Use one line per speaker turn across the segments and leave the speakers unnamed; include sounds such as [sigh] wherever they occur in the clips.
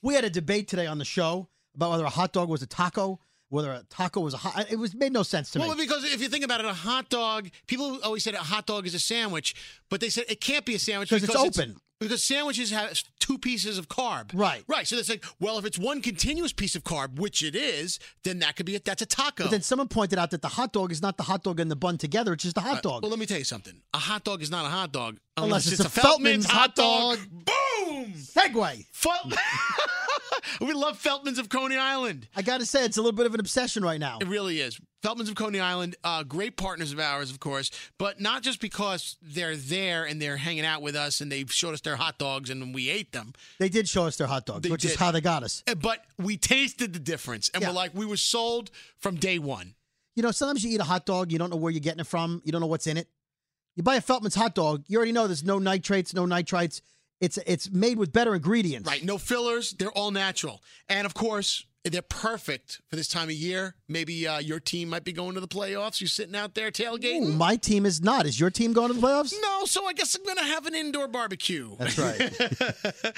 We had a debate today on the show about whether a hot dog was a taco, whether a taco was a hot. It was made no sense to
Well,
me.
because if you think about it, a hot dog, people always said a hot dog is a sandwich, but they said it can't be a sandwich
'Cause it's open.
because sandwiches have two pieces of carb.
Right.
Right. So that's like, well, if it's one continuous piece of carb, which it is, then that could be it. That's a taco.
But then someone pointed out that the hot dog is not the hot dog and the bun together; it's just the hot dog.
Uh, Well, let me tell you something. A hot dog is not a hot dog
Unless
unless,
it's
it's,
a
a
Feltman's
Feltman's, hot
hot
dog. Boom!
Segway.
Fel- [laughs] we love Feltman's of Coney Island.
I gotta say, it's a little bit of an obsession right now.
It really is. Feltman's of Coney Island, uh, great partners of ours, of course, but not just because they're there and they're hanging out with us and they showed us their hot dogs and we ate them,
They did show us their hot dogs,
They
which is
did.
how they got us.
uh, but we tasted the difference and
Yeah.
we're like, we were sold from day one.
You know, sometimes you eat a hot dog, you don't know where you're getting it from, you don't know what's in it. You buy a Feltman's hot dog, you already know there's no nitrates, no nitrites. It's it's made with better ingredients.
Right. No fillers. They're all natural. And of course, they're perfect for this time of year. Maybe uh, your team might be going to the playoffs. You're sitting out there
Ooh,
tailgating.
my team is not. Is your team going to the playoffs?
no, so I guess I'm going to have an indoor barbecue.
That's right.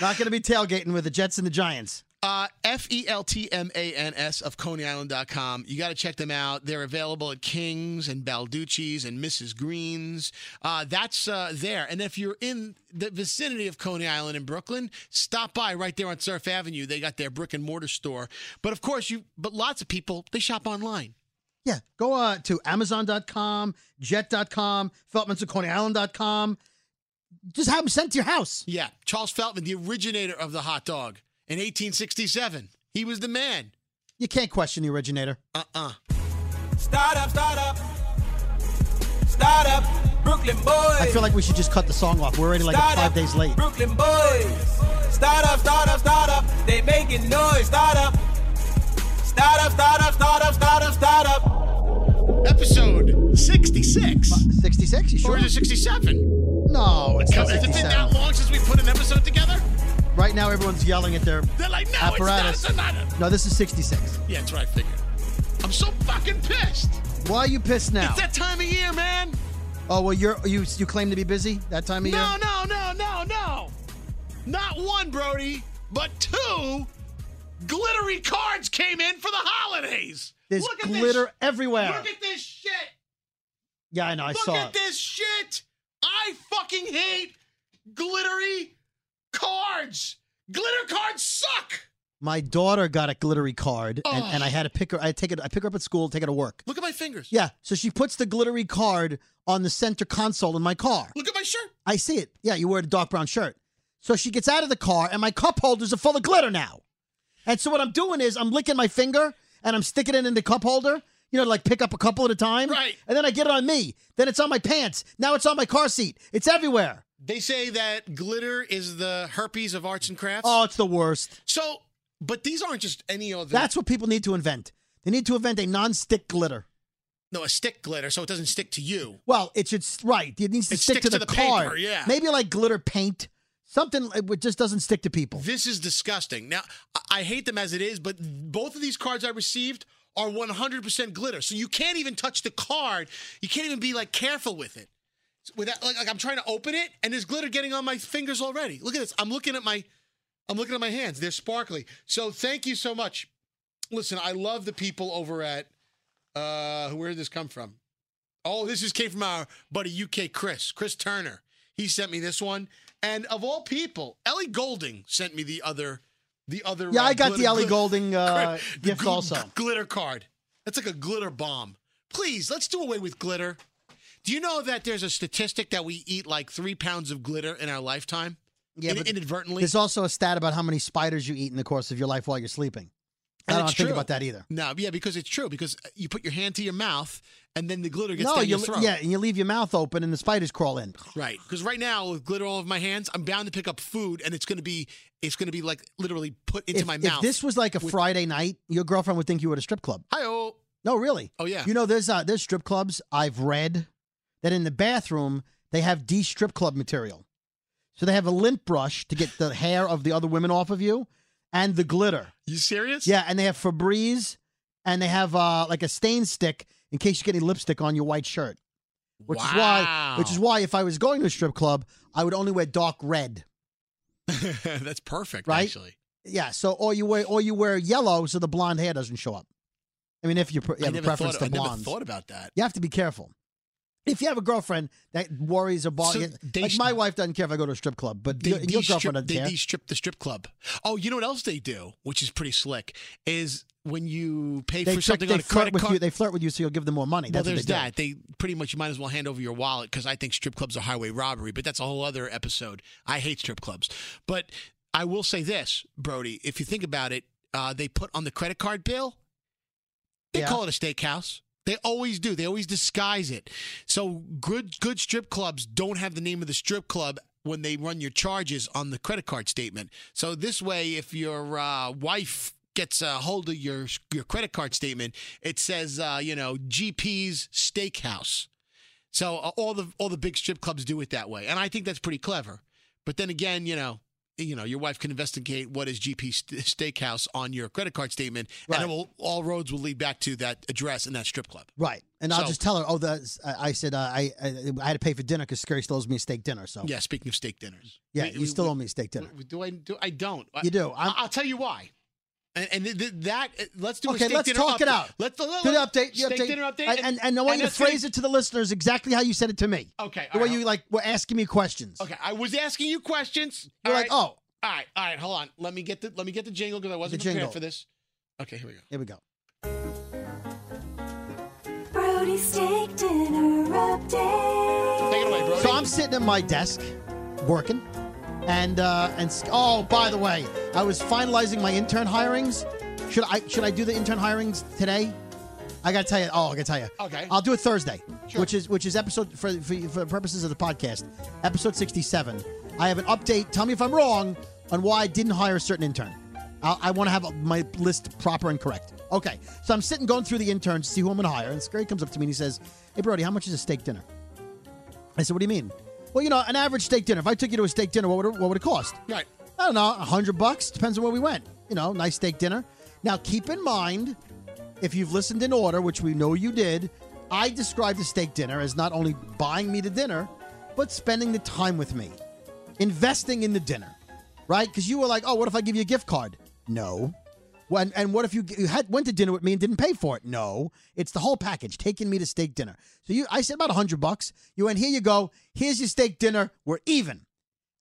not going to be tailgating with the Jets and the Giants.
Uh, F E L T M A N S of ConeyIsland.com. You got to check them out. They're available at King's and Balducci's and Mrs. Green's. Uh, that's uh, there. And if you're in the vicinity of Coney Island in Brooklyn, stop by right there on Surf Avenue. They got their brick and mortar store. But of course, you but lots of people they shop online.
Yeah, go uh, to Amazon.com, Jet.com, Feltman's of Coney Island.com. Just have them sent to your house.
Yeah, Charles Feltman, the originator of the hot dog in 1867. He was the man.
You can't question the originator.
Uh-uh.
Start up, start up. Start up, Brooklyn boys.
I feel like we should just cut the song off. We're already like
Start
five
up,
days late.
Brooklyn boys. Start up, start up, start up. They making noise. Start up. Start up, start up, start up, start up, start up.
Episode 66.
66? You
Or
sure?
is it 67?
No, it's not
Has it been that
67.
long since we put an episode together?
Right now, everyone's yelling at their
They're like, no,
apparatus.
it's not. It's not.
No, this is 66.
Yeah, that's what I figured. I'm so fucking pissed.
Why are you pissed now?
It's that time of year, man.
Oh, well, you're, you you claim to be busy that time of
No,
year?
no, no, no, no. Not one, Brody, but two glittery cards came in for the holidays.
There's
Look at
glitter
This.
everywhere.
Look at this shit.
yeah, I know. I
Look
saw
at
it.
this shit. I fucking hate glittery cards. Glitter cards suck.
My daughter got a glittery card, and,
Oh.
and I had to pick her. I take it. I pick her up at school, take her to work.
Look at my fingers.
Yeah, so she puts the glittery card on the center console in my car.
Look at my shirt.
I see it. Yeah, you wear a dark brown shirt. So she gets out of the car, and my cup holders are full of glitter now. And so what I'm doing is I'm licking my finger and I'm sticking it in the cup holder. You know, to, like pick up a couple at a time.
Right.
And then I get it on me. Then it's on my pants. Now it's on my car seat. It's everywhere.
They say that glitter is the herpes of arts and crafts.
Oh, it's the worst.
So, but these aren't just any other.
That's what people need to invent. They need to invent a non-stick glitter.
no a stick glitter, so it doesn't stick to you.
Well, it should right. It needs to
It
stick
sticks
to the,
to the
car.
paper, yeah.
Maybe like glitter paint, something like- which just doesn't stick to people.
This is disgusting. Now, I- I hate them as it is, but both of these cards I received are 100% glitter. So you can't even touch the card. You can't even be like careful with it. Without like, like I'm trying to open it, and there's glitter getting on my fingers already. Look at this. I'm looking at my, I'm looking at my hands. They're sparkly. So thank you so much. Listen, I love the people over at. Uh, where did this come from? Oh, this just came from our buddy UK Chris, Chris Turner. He sent me this one, and of all people, Ellie Golding sent me the other, the other.
Yeah,
uh,
I got
glitter-
the Ellie
glit-
Golding uh,
glit- the
gift
[laughs] gl-
also.
Glitter card. That's like a glitter bomb. Please, let's do away with glitter. Do you know that there's a statistic that we eat like three pounds of glitter in our lifetime?
Yeah,
In-
but
inadvertently.
There's also a stat about how many spiders you eat in the course of your life while you're sleeping. I
And
don't
it's
think
true.
about that either.
no, yeah, because it's true. Because uh, you put your hand to your mouth, and then the glitter gets
No,
down
you
your throat.
yeah, and you leave your mouth open and the spiders crawl in.
Right, because right now with glitter all over my hands, I'm bound to pick up food, and it's gonna be it's gonna be like literally put into
if,
my
if
mouth.
this was like a Friday night, your girlfriend would think you were at a strip club.
Hi, oh,
No, really.
oh yeah,
[laughs] You know, there's uh, there's strip clubs I've read that in the bathroom they have de strip club material. So they have a lint brush to get the hair of the other women off of you, and the glitter.
you serious?
Yeah, and they have Febreze, and they have uh, like a stain stick in case you get any lipstick on your white shirt. Which is why, which is why, if I was going to a strip club, I would only wear dark red.
is why [laughs] that's perfect.
Right?
Actually,
Yeah, so or you wear or you wear yellow so the blonde hair doesn't show up. I mean, if you, pre- you
I
have a
never
preference to
thought, I never
blondes,
thought about that.
you have to be careful. If you have a girlfriend that worries about,
So they
like
sh-
my wife doesn't care if I go to a strip club, but
They
your, your
de-strip-
girlfriend doesn't
they
care.
de-strip the strip club. Oh, you know what else they do, which is pretty slick, is when you pay
They,
for
trick-
something
they
on a
flirt
credit
with you.
card.
They flirt with you, so you'll give them more money.
well,
That's what
there's
they do.
that. They pretty much you might as well hand over your wallet because I think strip clubs are highway robbery, but that's a whole other episode. I hate strip clubs, but I will say this, Brody. If you think about it, uh, they put on the credit card bill. They
Yeah.
call it a steakhouse. They always do. They always disguise it. So good, good strip clubs don't have the name of the strip club when they run your charges on the credit card statement. So this way, if your uh, wife gets a hold of your your credit card statement, it says uh, you know GP's Steakhouse. So uh, all the all the big strip clubs do it that way, and I think that's pretty clever. But then again, you know, you know, your wife can investigate what is GP st- Steakhouse on your credit card statement, and
Right.
it will, all roads will lead back to that address and that strip club.
Right, and I'll
So-
just tell her. Oh, the I I said uh, I, I I had to pay for dinner because Scary still owes me a steak dinner. So
Yeah. Speaking of steak dinners,
Oh. yeah,
We-
you
we-
still
we-
owe me a steak dinner.
we- Do I? Do I don't? I-
You do. I'm-
I- I'll tell you why. And, and th- th- that uh, let's do. a
Okay,
steak
let's
dinner
talk it
update.
out.
Let's let,
Do the
let-
update. the
Steak
update.
dinner update.
And, and, and I want you to
that's gonna-
phrase it to the listeners exactly how you said it to me.
Okay.
The
all
way
right,
you like were asking me questions.
Okay, I was asking you questions.
You're
All
like,
right,
oh,
all right, all right. Hold on. Let me get the let me get the jingle because I wasn't
The
prepared
jingle.
for this. Okay, here we go.
here we go.
Brody Steak Dinner Update.
Take it away, bro.
So I'm sitting at my desk, working, and uh, and s- oh, by the way, I was finalizing my intern hirings. Should I should I do the intern hirings today? I gotta tell you. Oh, I gotta tell you.
Okay.
I'll do it Thursday, which is which is episode for, for for purposes of the podcast, episode 67. I have an update. Tell me if I'm wrong on why I didn't hire a certain intern. i I want to have my list proper and correct. Okay, so I'm sitting going through the interns to see who I'm gonna hire, and Scary comes up to me and he says, "Hey, Brody, how much is a steak dinner?" I said, "What do you mean?" Well, you know, an average steak dinner. If I took you to a steak dinner, what would it, what would it cost?
Right.
I don't know, a hundred bucks. Depends on where we went. You know, nice steak dinner. Now, keep in mind, if you've listened in order, which we know you did, I described a steak dinner as not only buying me the dinner, but spending the time with me, investing in the dinner, right? Because you were like, "Oh, what if I give you a gift card?" No. When and what if you, you had went to dinner with me and didn't pay for it? No, it's the whole package. Taking me to steak dinner. So you, I said about a hundred bucks. You went here. You go. Here's your steak dinner. We're even.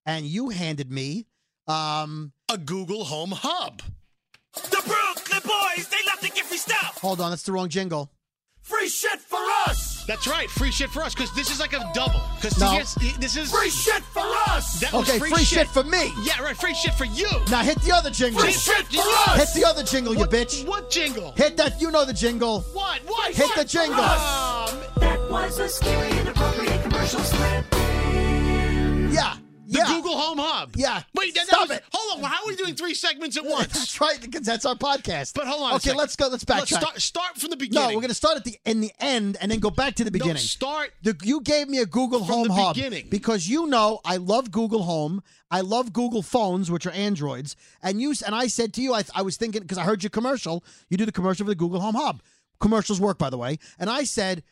And you handed me um,
A Google Home Hub.
The Brooklyn boys, they love to get free stuff.
hold on, that's the wrong jingle.
Free shit for us.
That's right. Free shit for us because this is like a double. Because
No.
e, this is
Free shit for us.
That was
Okay,
Oh, free,
free, shit. for me.
Yeah, right. Free shit for you.
Now hit the other jingle.
free shit for
Hit
us.
the other jingle,
what,
you bitch.
What jingle?
Hit that, you know the jingle.
what? What?
Hit
what?
the jingle.
Um,
That was a scary, inappropriate commercial slip.
Yeah,
the
yeah.
Google Home Hub.
Yeah.
Wait. That, that
Stop
was-
it.
Hold on. well, How are we doing three segments at
[laughs]
once?
That's right, because that's our podcast.
But hold on. a
Okay,
second.
let's go. Let's backtrack.
start, start from the beginning.
no, we're gonna start at the in the end and then go back to the
No,
beginning.
start
The, you gave me a Google Home
the
Hub
beginning.
because you know I love Google Home. I love Google phones, which are Androids. And you s- and I said to you, I, th- I was thinking because I heard your commercial. You do the commercial for the Google Home Hub. Commercials work, by the way. And I said,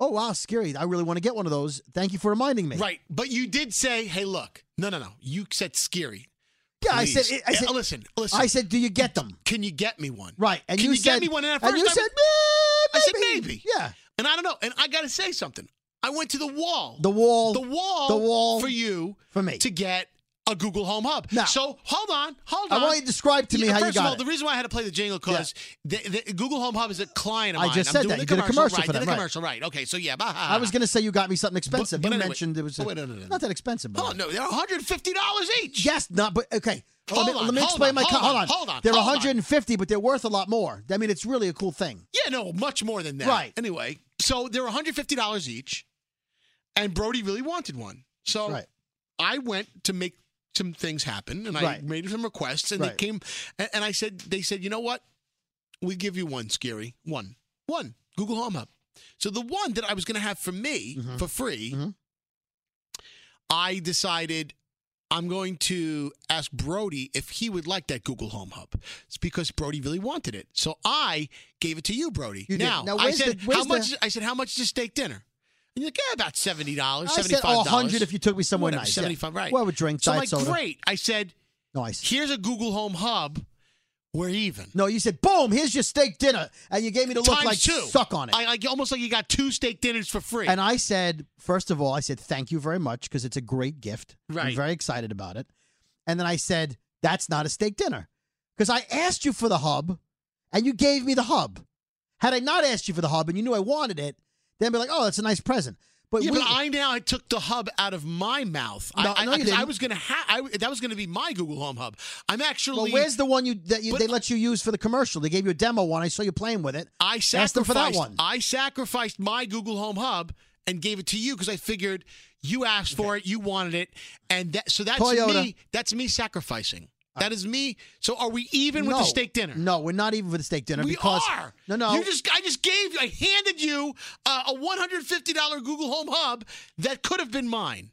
"Oh wow, scary! I really want to get one of those. Thank you for reminding me."
Right, but you did say, "Hey, look, no, no, no." You said scary.
Yeah, I said,
Please.
I
Uh,
said,
listen, listen.
I said, "Do you get them?"
can you get me one?
Right. And
can
you,
you,
said,
get me one? And, at
and
first
you
I-
said,
I said,
"Meh,
maybe.
Yeah.
and I don't know. And I gotta say something. I went to the wall,
The wall.
the wall,
The wall
for you,
for me.
to get a Google Home Hub.
Now-
so hold on, hold
I
on.
want you to describe to me
Yeah,
how you
first
got
of all,
it.
the reason why I had to play the jingle because the, the Google Home Hub is a client of
I
mine.
just
I'm
said
doing
that.
The
You did a commercial
right?
for
did
them,
a
right.
commercial, right? Okay, so yeah,
I was going to say you got me something expensive.
But- but
you
anyway-
mentioned it was
Oh, wait, no, no, no, no.
not that expensive.
Oh no, they're 150 dollars each.
Yes, not but okay.
Hold
let me,
on,
let me
hold
explain
on,
my co-
hold on,
Hold
hold
on.
on,
They're
hold on.
150, but they're worth a lot more. I mean, it's really a cool thing.
Yeah, no, much more than that.
Right.
Anyway, so they're $150 each, and Brody really wanted one. So
Right.
I went to make some things happen, and I
Right.
made some requests, and
Right.
they came, and, and I said, they said, you know what? We give you one, Scary. One. One. Google Home Hub. So the one that I was going to have for me
Mhm.
for free,
Mhm.
I decided I'm going to ask Brody if he would like that Google Home Hub. It's because Brody really wanted it. So I gave it to you, Brody.
You did.
now,
Now,
I
where's
said
the- where's
how much
the-
is- I said how much is a steak dinner? And you're like, yeah, about seventy dollars,
I
seventy
said
five dollars.
100 if you took me somewhere
Whatever,
nice. yeah.
Seventy five, right.
Well, with drink,
So I'm
diet
like,
soda.
great. I said,
Nice.
Here's a Google Home Hub. We're even.
No, you said, boom, here's your steak dinner. And you gave me the look
Times
like
two.
suck on it.
I, I- almost like you got two steak dinners for free.
and I said, first of all, I said, thank you very much because it's a great gift. I'm
Right.
very excited about it. And then I said, that's not a steak dinner because I asked you for the hub and you gave me the hub. Had I not asked you for the hub and you knew I wanted it, then I'd be like, oh, that's a nice present. But,
yeah,
we,
but I now took the hub out of my mouth.
No,
I, I,
no, you
'cause
didn't.
I was gonna have I, that was gonna be my Google Home Hub. I'm
well,
actually.
where's the one you that you,
But-
they let you use for the commercial? They gave you a demo one. I saw you playing with it.
I
Ask
sacrificed
them for that one.
I sacrificed my Google Home Hub and gave it to you because I figured you asked for it, you wanted it, and that so that's
Toyota. Uh,
me. That's me sacrificing. That is me. So are we even with the
No.
steak dinner?
No, we're not even with the steak dinner
We
because
are.
no, no.
You just I just gave you. I handed you uh, a one hundred fifty dollar Google Home Hub that could have been mine.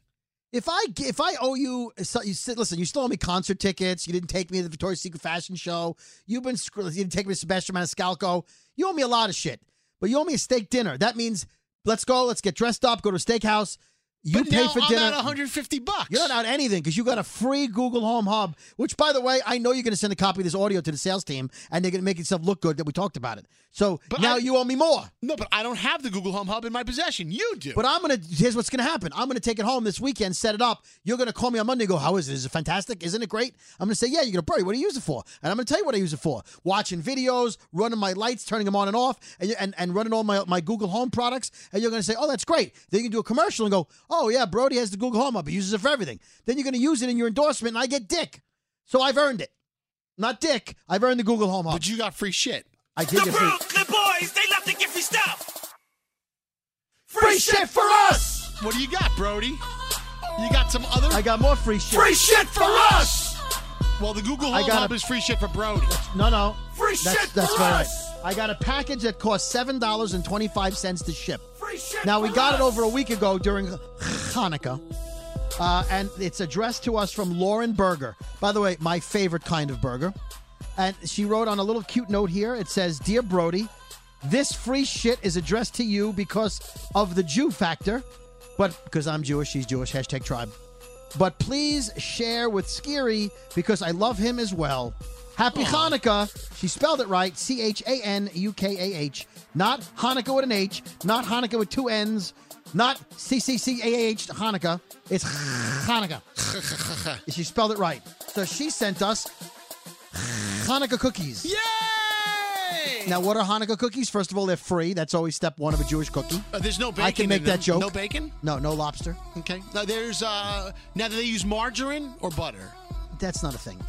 If I gi- if I owe you, uh, so you sit, listen. You still owe me concert tickets. You didn't take me to the Victoria's Secret fashion show. You've been screw- you didn't take me to Sebastian Maniscalco. You owe me a lot of shit, but you owe me a steak dinner. That means let's go. Let's get dressed up. Go to a steakhouse. You
but
pay
now
for
I'm
dinner.
at one hundred fifty bucks.
You're not out anything because you got a free Google Home Hub. Which, by the way, I know you're going to send a copy of this audio to the sales team, and they're going to make yourself look good that we talked about it. So
But
now
I-
you owe me more.
No, but I don't have the Google Home Hub in my possession. You do.
But I'm gonna. Here's what's gonna happen. I'm gonna take it home this weekend, set it up. You're gonna call me on Monday. and Go, how is it? Is it fantastic? Isn't it great? I'm gonna say, yeah. You're gonna, Brody, what do you use it for? And I'm gonna tell you what I use it for: watching videos, running my lights, turning them on and off, and you- and, and running all my, my Google Home products. And you're gonna say, oh, that's great. Then you can do a commercial and go, oh yeah, Brody has the Google Home up. He uses it for everything. Then you're gonna use it in your endorsement, and I get dick. So I've earned it. Not dick. I've earned the Google Home up.
but you got free shit.
I did get free.
the boys, they love to give free stuff.
Free shit for us.
What do you got, Brody? You got some other?
I got more free shit.
shit for us.
well, the Google
I
Home
got
Hub
a-
is free shit for Brody.
No, no.
Free
that's,
shit
that's
for
right.
us!
I got a package that cost seven dollars and twenty-five cents to ship.
Free shit
Now we
for
got it
us!
over a week ago during Hanukkah, uh, and it's addressed to us from Lauren Berger. By the way, my favorite kind of burger. And she wrote on a little cute note here. It says, "Dear Brody, this free shit is addressed to you because of the Jew factor, but because I'm Jewish, she's Jewish. Hashtag tribe." But please share with Skiri because I love him as well. Happy Hanukkah. She spelled it right C H A N U K A H. Not Hanukkah with an H, not Hanukkah with two N's, not C C C A A H Hanukkah. It's Hanukkah.
[laughs]
she spelled it right. So she sent us Hanukkah cookies.
Yay!
Now, what are Hanukkah cookies? First of all, they're free. That's always step one of a Jewish cookie.
Uh, there's no bacon.
I can
in
make
them.
that joke.
No bacon.
No, no lobster.
Okay. Now there's uh. Now do they use margarine or butter?
That's not a thing.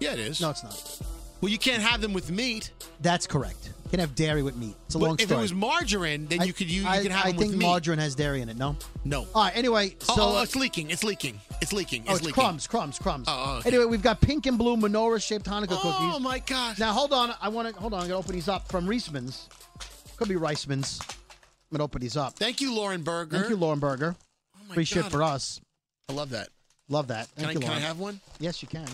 Yeah, it is.
No, it's not.
Well, you can't have them with meat.
That's correct. Can have dairy with meat. It's a long
but if
story.
it was margarine, then you could you, you
I,
can have
I
them
think
with meat.
margarine has dairy in it. No.
no.
All right. Anyway, so
oh, oh,
uh,
it's leaking. It's leaking. It's leaking. It's,
oh, it's
leaking.
crumbs, crumbs, crumbs.
Oh, oh, okay.
Anyway, we've got pink and blue menorah shaped Hanukkah
Oh
cookies.
my god.
Now hold on. I want to hold on. I'm gonna open these up from Reisman's. Could be Reisman's. I'm gonna open these up.
Thank you, Lauren Berger.
Thank you, Lauren Berger.
Oh my
Free shit
God.
for us.
I love that.
Love that. Thank
Can I,
you,
can I
Lauren.
have one?
yes, you can.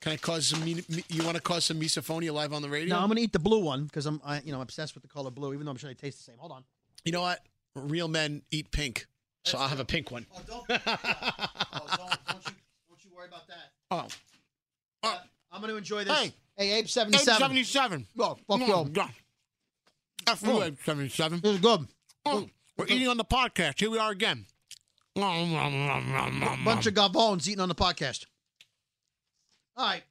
Can I cause some? me- me- You want to cause some misophonia live on the radio?
Now I'm gonna eat the blue one because I'm, I, you know, obsessed with the color blue. Even though I'm sure they taste the same. Hold on.
You know what? Real men eat pink, so I'll have a pink one.
Oh, don't, [laughs] oh, don't, don't you, don't you worry about that.
Oh, oh.
I'm going to enjoy this.
Hey.
hey Ape 77.
77.
Oh, fuck you.
F you, Abe 77.
This is good.
Oh, we're eating on the podcast. Here we are again. Nom, nom, nom, nom, nom,
Bunch
nom.
of gavones eating on the podcast. All right.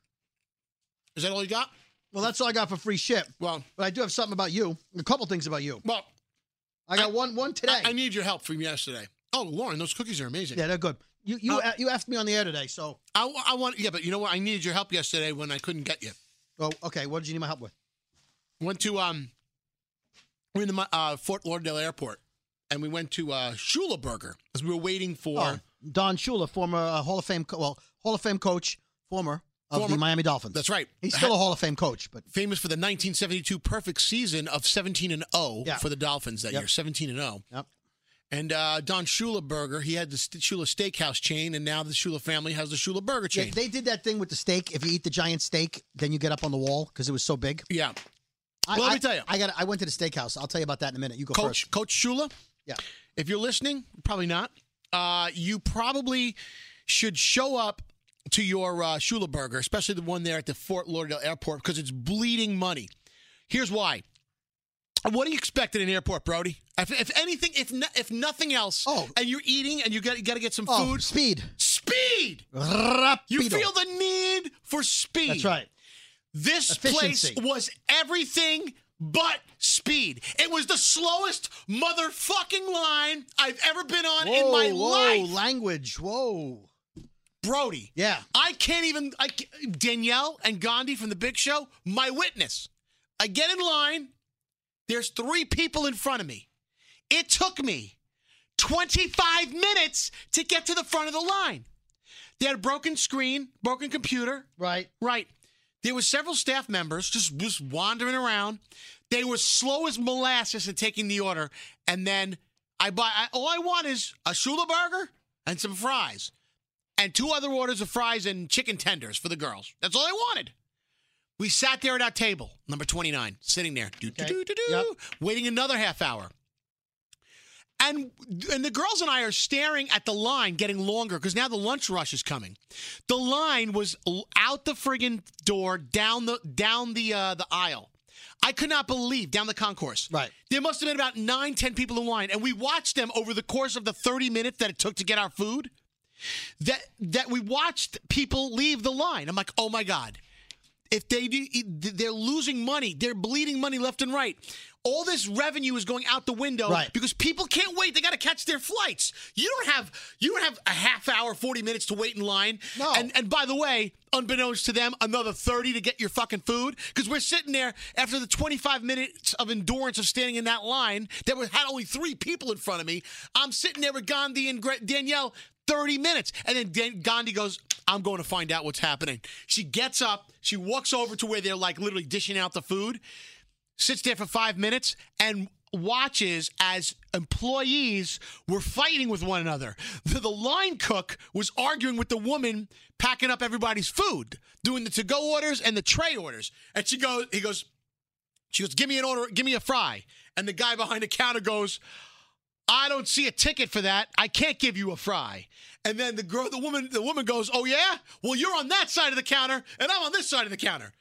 Is that all you got?
Well, that's all I got for free shit.
Well,
But I do have something about you. A couple things about you.
well,
I got one one today.
I, I need your help from yesterday. Oh, Lauren, those cookies are amazing.
yeah, they're good. You you
Uh,
you asked me on the air today, so
I, I want. Yeah, but you know what? I needed your help yesterday when I couldn't get you.
oh okay. What did you need my help with?
went to um we're in the Mi- uh, Fort Lauderdale airport and we went to uh Shula Burger as we were waiting for
Oh, Don Shula, former uh, Hall of Fame, co- well Hall of Fame coach, former of the
Former-
Miami Dolphins.
that's right
He's still a Hall of Fame coach, but
famous for the 1972 perfect season of 17 and 0
Yeah.
for the Dolphins that
Yep.
year 17 and oh. 0
Yep.
and uh, Don Shula Burger he had the St- Shula Steakhouse chain and now the Shula family has the Shula Burger
Yeah,
chain
they did that thing with the steak. If you eat the giant steak, then you get up on the wall because it was so big.
yeah
I,
Well, let me
I-
tell you.
I got. I went to the steakhouse. I'll tell you about that in a minute. You go
coach
first.
coach Shula
Yeah.
if you're listening, probably not. Uh, you probably should show up to your uh, Shula burger, especially the one there at the Fort Lauderdale airport, because it's bleeding money. Here's why. What do you expect at an airport, Brody? If, if anything, if no, if nothing else,
Oh.
and you're eating and you got you got to get some
Oh,
food,
speed.
speed.
Rapido.
You feel the need for speed.
That's right.
This
Efficiency.
place was everything but speed. It was the slowest motherfucking line I've ever been on in my
whoa,
life.
language. Whoa.
Brody.
Yeah.
I can't even. I, ca- Danielle and Gandhi from the Big Show, my witness. I get in line. There's three people in front of me. It took me 25 minutes to get to the front of the line. They had a broken screen, broken computer.
Right.
Right. There were several staff members just just wandering around. They were slow as molasses in taking the order, and then I buy I, all I want is a Shula burger and some fries, and two other orders of fries and chicken tenders for the girls. That's all I wanted. We sat there at our table, number twenty nine, sitting there, do do
Okay.
do do
Yep.
do, waiting another half hour. And and the girls and I are staring at the line getting longer because now the lunch rush is coming. The line was l- out the friggin' door down the down the uh, the aisle. I could not believe down the concourse.
Right.
There must have been about nine, ten people in line, and we watched them over the course of the thirty minutes that it took to get our food. That that we watched people leave the line. I'm like, oh my god if they do, e, they're losing money. They're bleeding money left and right. All this revenue is going out the window
Right.
because people can't wait. They got to catch their flights. You don't have you don't have a half hour, forty minutes to wait in line.
No.
And and by the way, unbeknownst to them, another thirty to get your fucking food because we're sitting there after the twenty five minutes of endurance of standing in that line that was, had only three people in front of me. I'm sitting there with Gandhi and Gra- Danielle. 30 minutes. And then Dan- Gandhi goes, I'm going to find out what's happening. She gets up, she walks over to where they're like literally dishing out the food, sits there for five minutes, and watches as employees were fighting with one another. The, the line cook was arguing with the woman packing up everybody's food, doing the to go orders and the tray orders. And she goes, he goes, she goes, give me an order, give me a fry. And the guy behind the counter goes, I don't see a ticket for that. I can't give you a fry. And then the girl, the woman, the woman goes, "Oh yeah, well you're on that side of the counter, and I'm on this side of the counter."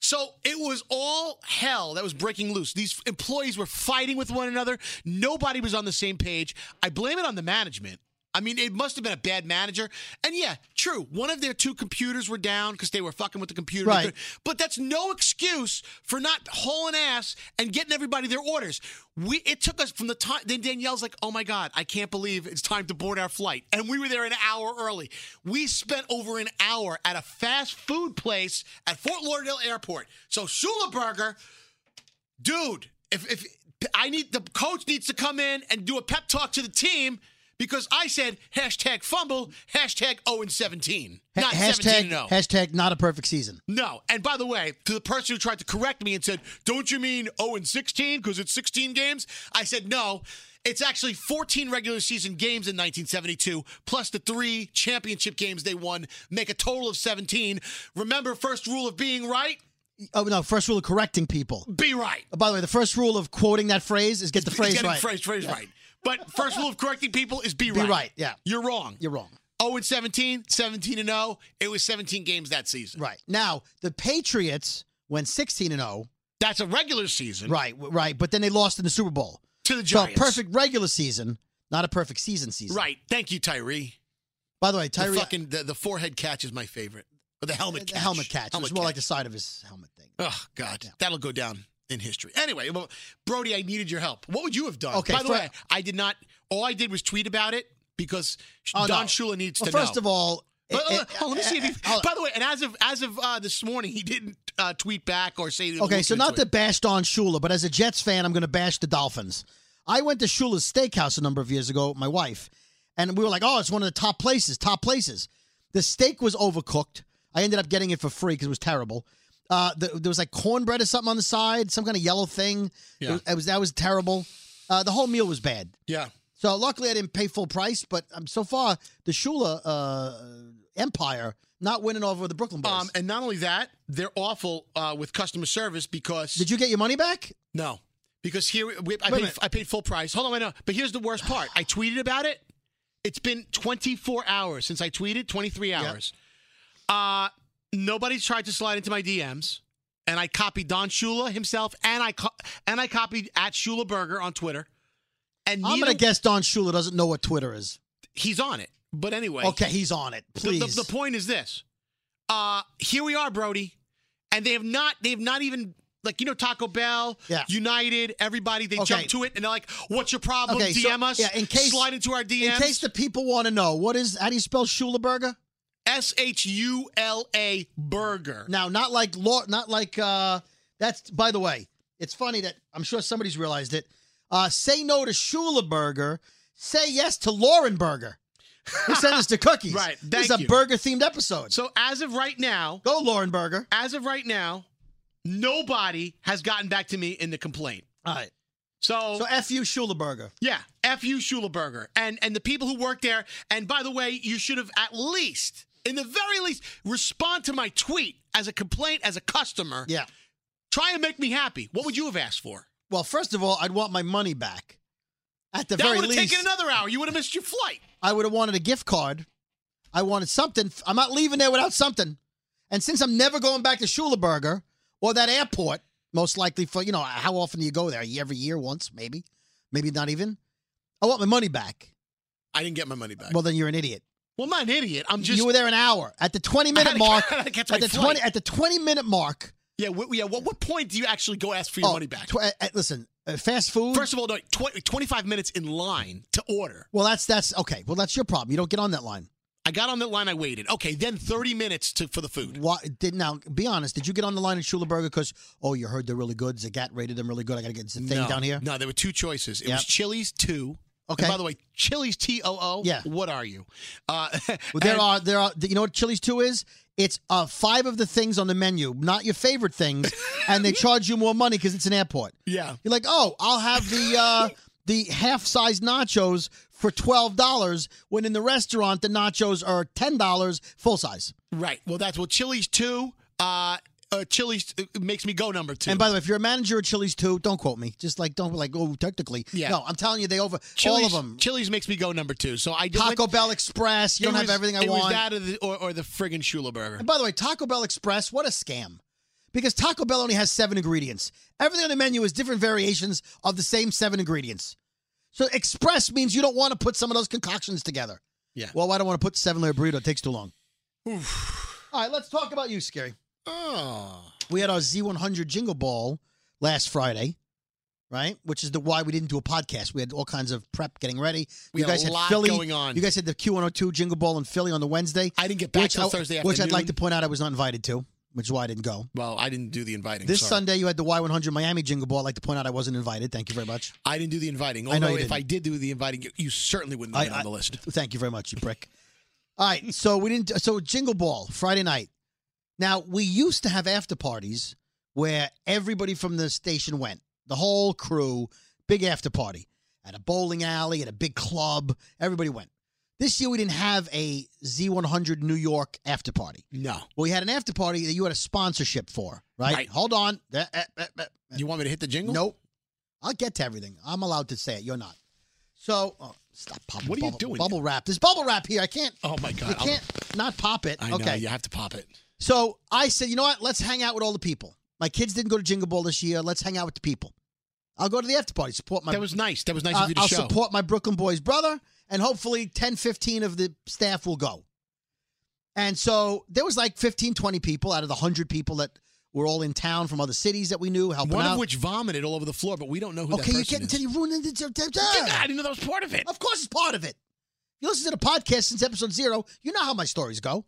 So it was all hell that was breaking loose. These employees were fighting with one another. Nobody was on the same page. I blame it on the management. I mean, it must have been a bad manager. And yeah, true. One of their two computers were down because they were fucking with the computer.
Right.
They could- but that's no excuse for not hauling ass and getting everybody their orders. We it took us from the time then Danielle's like, "Oh my god, I can't believe it's time to board our flight." And we were there an hour early. We spent over an hour at a fast food place at Fort Lauderdale Airport. So Shula Burger, dude, if if I need the coach needs to come in and do a pep talk to the team because I said hashtag fumble, hashtag 0 and 17.
Ha-
Not 17
hashtag,
and oh. 0.
hashtag not a perfect season.
No. And by the way, to the person who tried to correct me and said, "Don't you mean 0 and 16 because it's 16 games?" I said, "No. It's actually 14 regular season games in 1972 plus the 3 championship games they won, make a total of 17. Remember first rule of being right?
Oh, no. First rule of correcting people.
Be right."
Oh, by the way, the first rule of quoting that phrase is get the
He's
phrase
getting
right.
phrase phrase right. But first rule of correcting people is be
Be
right.
right, yeah.
You're wrong.
You're wrong.
0 and 17, 17 and 0. It was 17 games that season.
Right. Now, the Patriots went 16 and 0.
That's a regular season
Right, w- right. But then they lost in the Super Bowl.
to the
So,
Giants.
perfect regular season, not a perfect season season.
Right. Thank you, Tyree.
By the way,
The
Tyree.
fucking the, the forehead catch is my favorite. Or the helmet
the
catch.
helmet catch. It was
Helmet
more like
catch.
the side of his helmet thing.
Oh God, that'll go down in history. Anyway, well, Brody, I needed your help. What would you have done?
Okay,
By the
fir-
way, I did not. All I did was tweet about it because
Oh,
Don
no.
Shula needs
Well,
to
first
know.
of all,
But,
it-
uh,
it-
oh, let me see if he.
[laughs] uh, uh,
by the way, and as of as of uh, this morning, he didn't uh, tweet back or say.
Okay, so not to
the
bash Don Shula, but as a Jets fan, I'm going to bash the Dolphins. I went to Shula's Steakhouse a number of years ago with my wife, and we were like, "Oh, it's one of the top places, top places." The steak was overcooked. I ended up getting it for free because it was terrible. Uh, the, there was like cornbread or something on the side, some kind of yellow thing. It
Yeah.
was, it was- that was terrible. Uh, the whole meal was bad.
yeah.
So luckily, I didn't pay full price. But um, so far, the Shula uh, empire not winning over the Brooklyn Boys.
Um, and not only that, they're awful uh, with customer service because
Did you get your money back?
No, because here we, I,
Wait a
paid,
minute.
I paid full price. Hold on, wait, no. But here's the worst part. I tweeted about it. It's been 24 hours since I tweeted. 23 hours. Uh, nobody tried to slide into my DMs, and I copied Don Shula himself, and I co- and I copied at Shula Burger on Twitter. And
I'm
neither-
gonna guess Don Shula doesn't know what Twitter is.
he's on it. But anyway,
Okay, he's on it.
the-
Please.
The, the point is this: uh, here we are, Brody, and they have not. They have not even like you know Taco Bell,
Yeah.
United, everybody. They
Okay.
jump to it and they're like, "What's your problem?
Okay, so-
DM us.
yeah, in case-
slide into our
In
DMs."
case the people want to know, what is how do you spell Shulaburger?
S H U L A burger.
Now, not like law, not like uh that's by the way, it's funny that I'm sure somebody's realized it. Uh say no to Shulaburger, say yes to Lauren Burger. Who sent
[laughs]
us the cookies?
Right,
This is
thank
a
you.
burger themed episode.
So as of right now,
Go Lauren Burger.
as of right now, nobody has gotten back to me in the complaint.
All right.
So,
So F you Shulaburger.
yeah, F you Schulerberger. And and the people who work there, and by the way, you should have at least, in the very least, respond to my tweet as a complaint as a customer.
Yeah.
Try and make me happy. What would you have asked for?
Well, first of all, I'd want my money back. At the
That
very
would have
least,
taken another hour. You would have missed your flight.
I would have wanted a gift card. I wanted something. I'm not leaving there without something. And since I'm never going back to Schulerberger or that airport, most likely for, you know, how often do you go there? Every year, once, maybe. Maybe not even. I want my money back.
I didn't get my money back.
Well,
Well,
then you're an idiot.
I'm not an idiot. I'm just
you were there an hour. At the 20
I had
minute
[laughs] to-
mark,
I had to catch my
at the
flight.
20 at the 20 minute mark,
yeah. What, yeah. What, what point do you actually go ask for your
oh,
money back?
tw- uh, uh, listen, uh, fast food.
First of all, no, tw- 25 minutes in line to order.
well, that's that's okay. Well, that's your problem. You don't get on that line.
I got on the line. I waited. Okay, then 30 minutes to, for the food.
Why did now? Be honest. Did you get on the line at Schulerberger because oh, you heard they're really good. Zagat rated them really good. I got to get this thing
no,
down here.
No, there were two choices. It was
Yep.
Chili's two.
Okay.
And by the way, Chili's T O O.
Yeah.
What are you? Uh, [laughs]
Well, there
and-
are there are. You know what Chili's two is? It's uh, five of the things on the menu, not your favorite
[laughs]
things, and they charge you more money because it's an airport.
Yeah.
You're like, oh, I'll have the uh, the half size nachos for twelve dollars, when in the restaurant the nachos are ten dollars full size.
Right. Well, that's well. Chili's two. Uh, uh, Chili's uh, makes me go number two.
And by the way, if you're a manager at Chili's too, don't quote me. Just like don't like oh technically.
Yeah.
No, I'm telling you they over all
Chili's,
of them.
Chili's makes me go number two. So I just
Taco
went-
Bell Express. You
it
don't have
was-
everything I
it
want.
Was that or the, or, or the friggin' Shula burger?
And by the way, Taco Bell Express, what a scam. Because Taco Bell only has seven ingredients. Everything on the menu is different variations of the same seven ingredients. So express means you don't want to put some of those concoctions together.
Yeah.
Well, I don't want to put seven layer burrito. It takes too long. All right, let's talk about you, Scary.
Oh.
We had our Z100 Jingle Ball last Friday, right? Which is the why we didn't do a podcast. We had all kinds of prep getting ready.
We
you
had a
guys had
lot
Philly
going on.
You guys had the Q102 Jingle Ball in Philly on the Wednesday.
I didn't get back
which
till
I-
Thursday
Which I'd like
afternoon.
to point out I was not invited to, which is why I didn't go.
Well, I didn't do the inviting.
This
sorry.
Sunday, you had the Y100 Miami Jingle Ball. I'd like to point out I wasn't invited. Thank you very much.
I didn't do the inviting. Although
I know you
if
didn't.
I did do the inviting, you, you certainly wouldn't
I-
have been on
I-
the list.
Thank you very much, you prick. All right, so we didn't. So Jingle Ball Friday night. Now we used to have after parties where everybody from the station went, the whole crew, big after party at a bowling alley, at a big club. Everybody went. This year we didn't have a Z100 New York after party.
No.
Well, we had an after party that you had a sponsorship for, right?
Right.
Hold on. Eh, eh, eh, eh.
You want me to hit the jingle?
Nope. I'll get to everything. I'm allowed to say it. You're not. So oh, stop popping.
What are you
bubble,
doing?
Bubble wrap. There's bubble wrap here. I can't.
Oh my god.
you
I'll-
can't not pop it.
I know.
okay.
You have to pop it.
So I said, you know what? Let's hang out with all the people. My kids didn't go to Jingle Ball this year. Let's hang out with the people. I'll go to the after party. Support my.
That was nice. That was nice
uh,
of you to
I'll
show.
support my Brooklyn boys brother, and hopefully 10, 15 of the staff will go. And so there was like 15, 20 people out of the hundred people that were all in town from other cities that we knew helping
One
out.
of which vomited all over the floor, but we don't know who that
okay,
person
you can't
is.
until you ruin it.
I didn't know that was part of it.
Of course, it's part of it. You listen to the podcast since episode zero. You know how my stories go.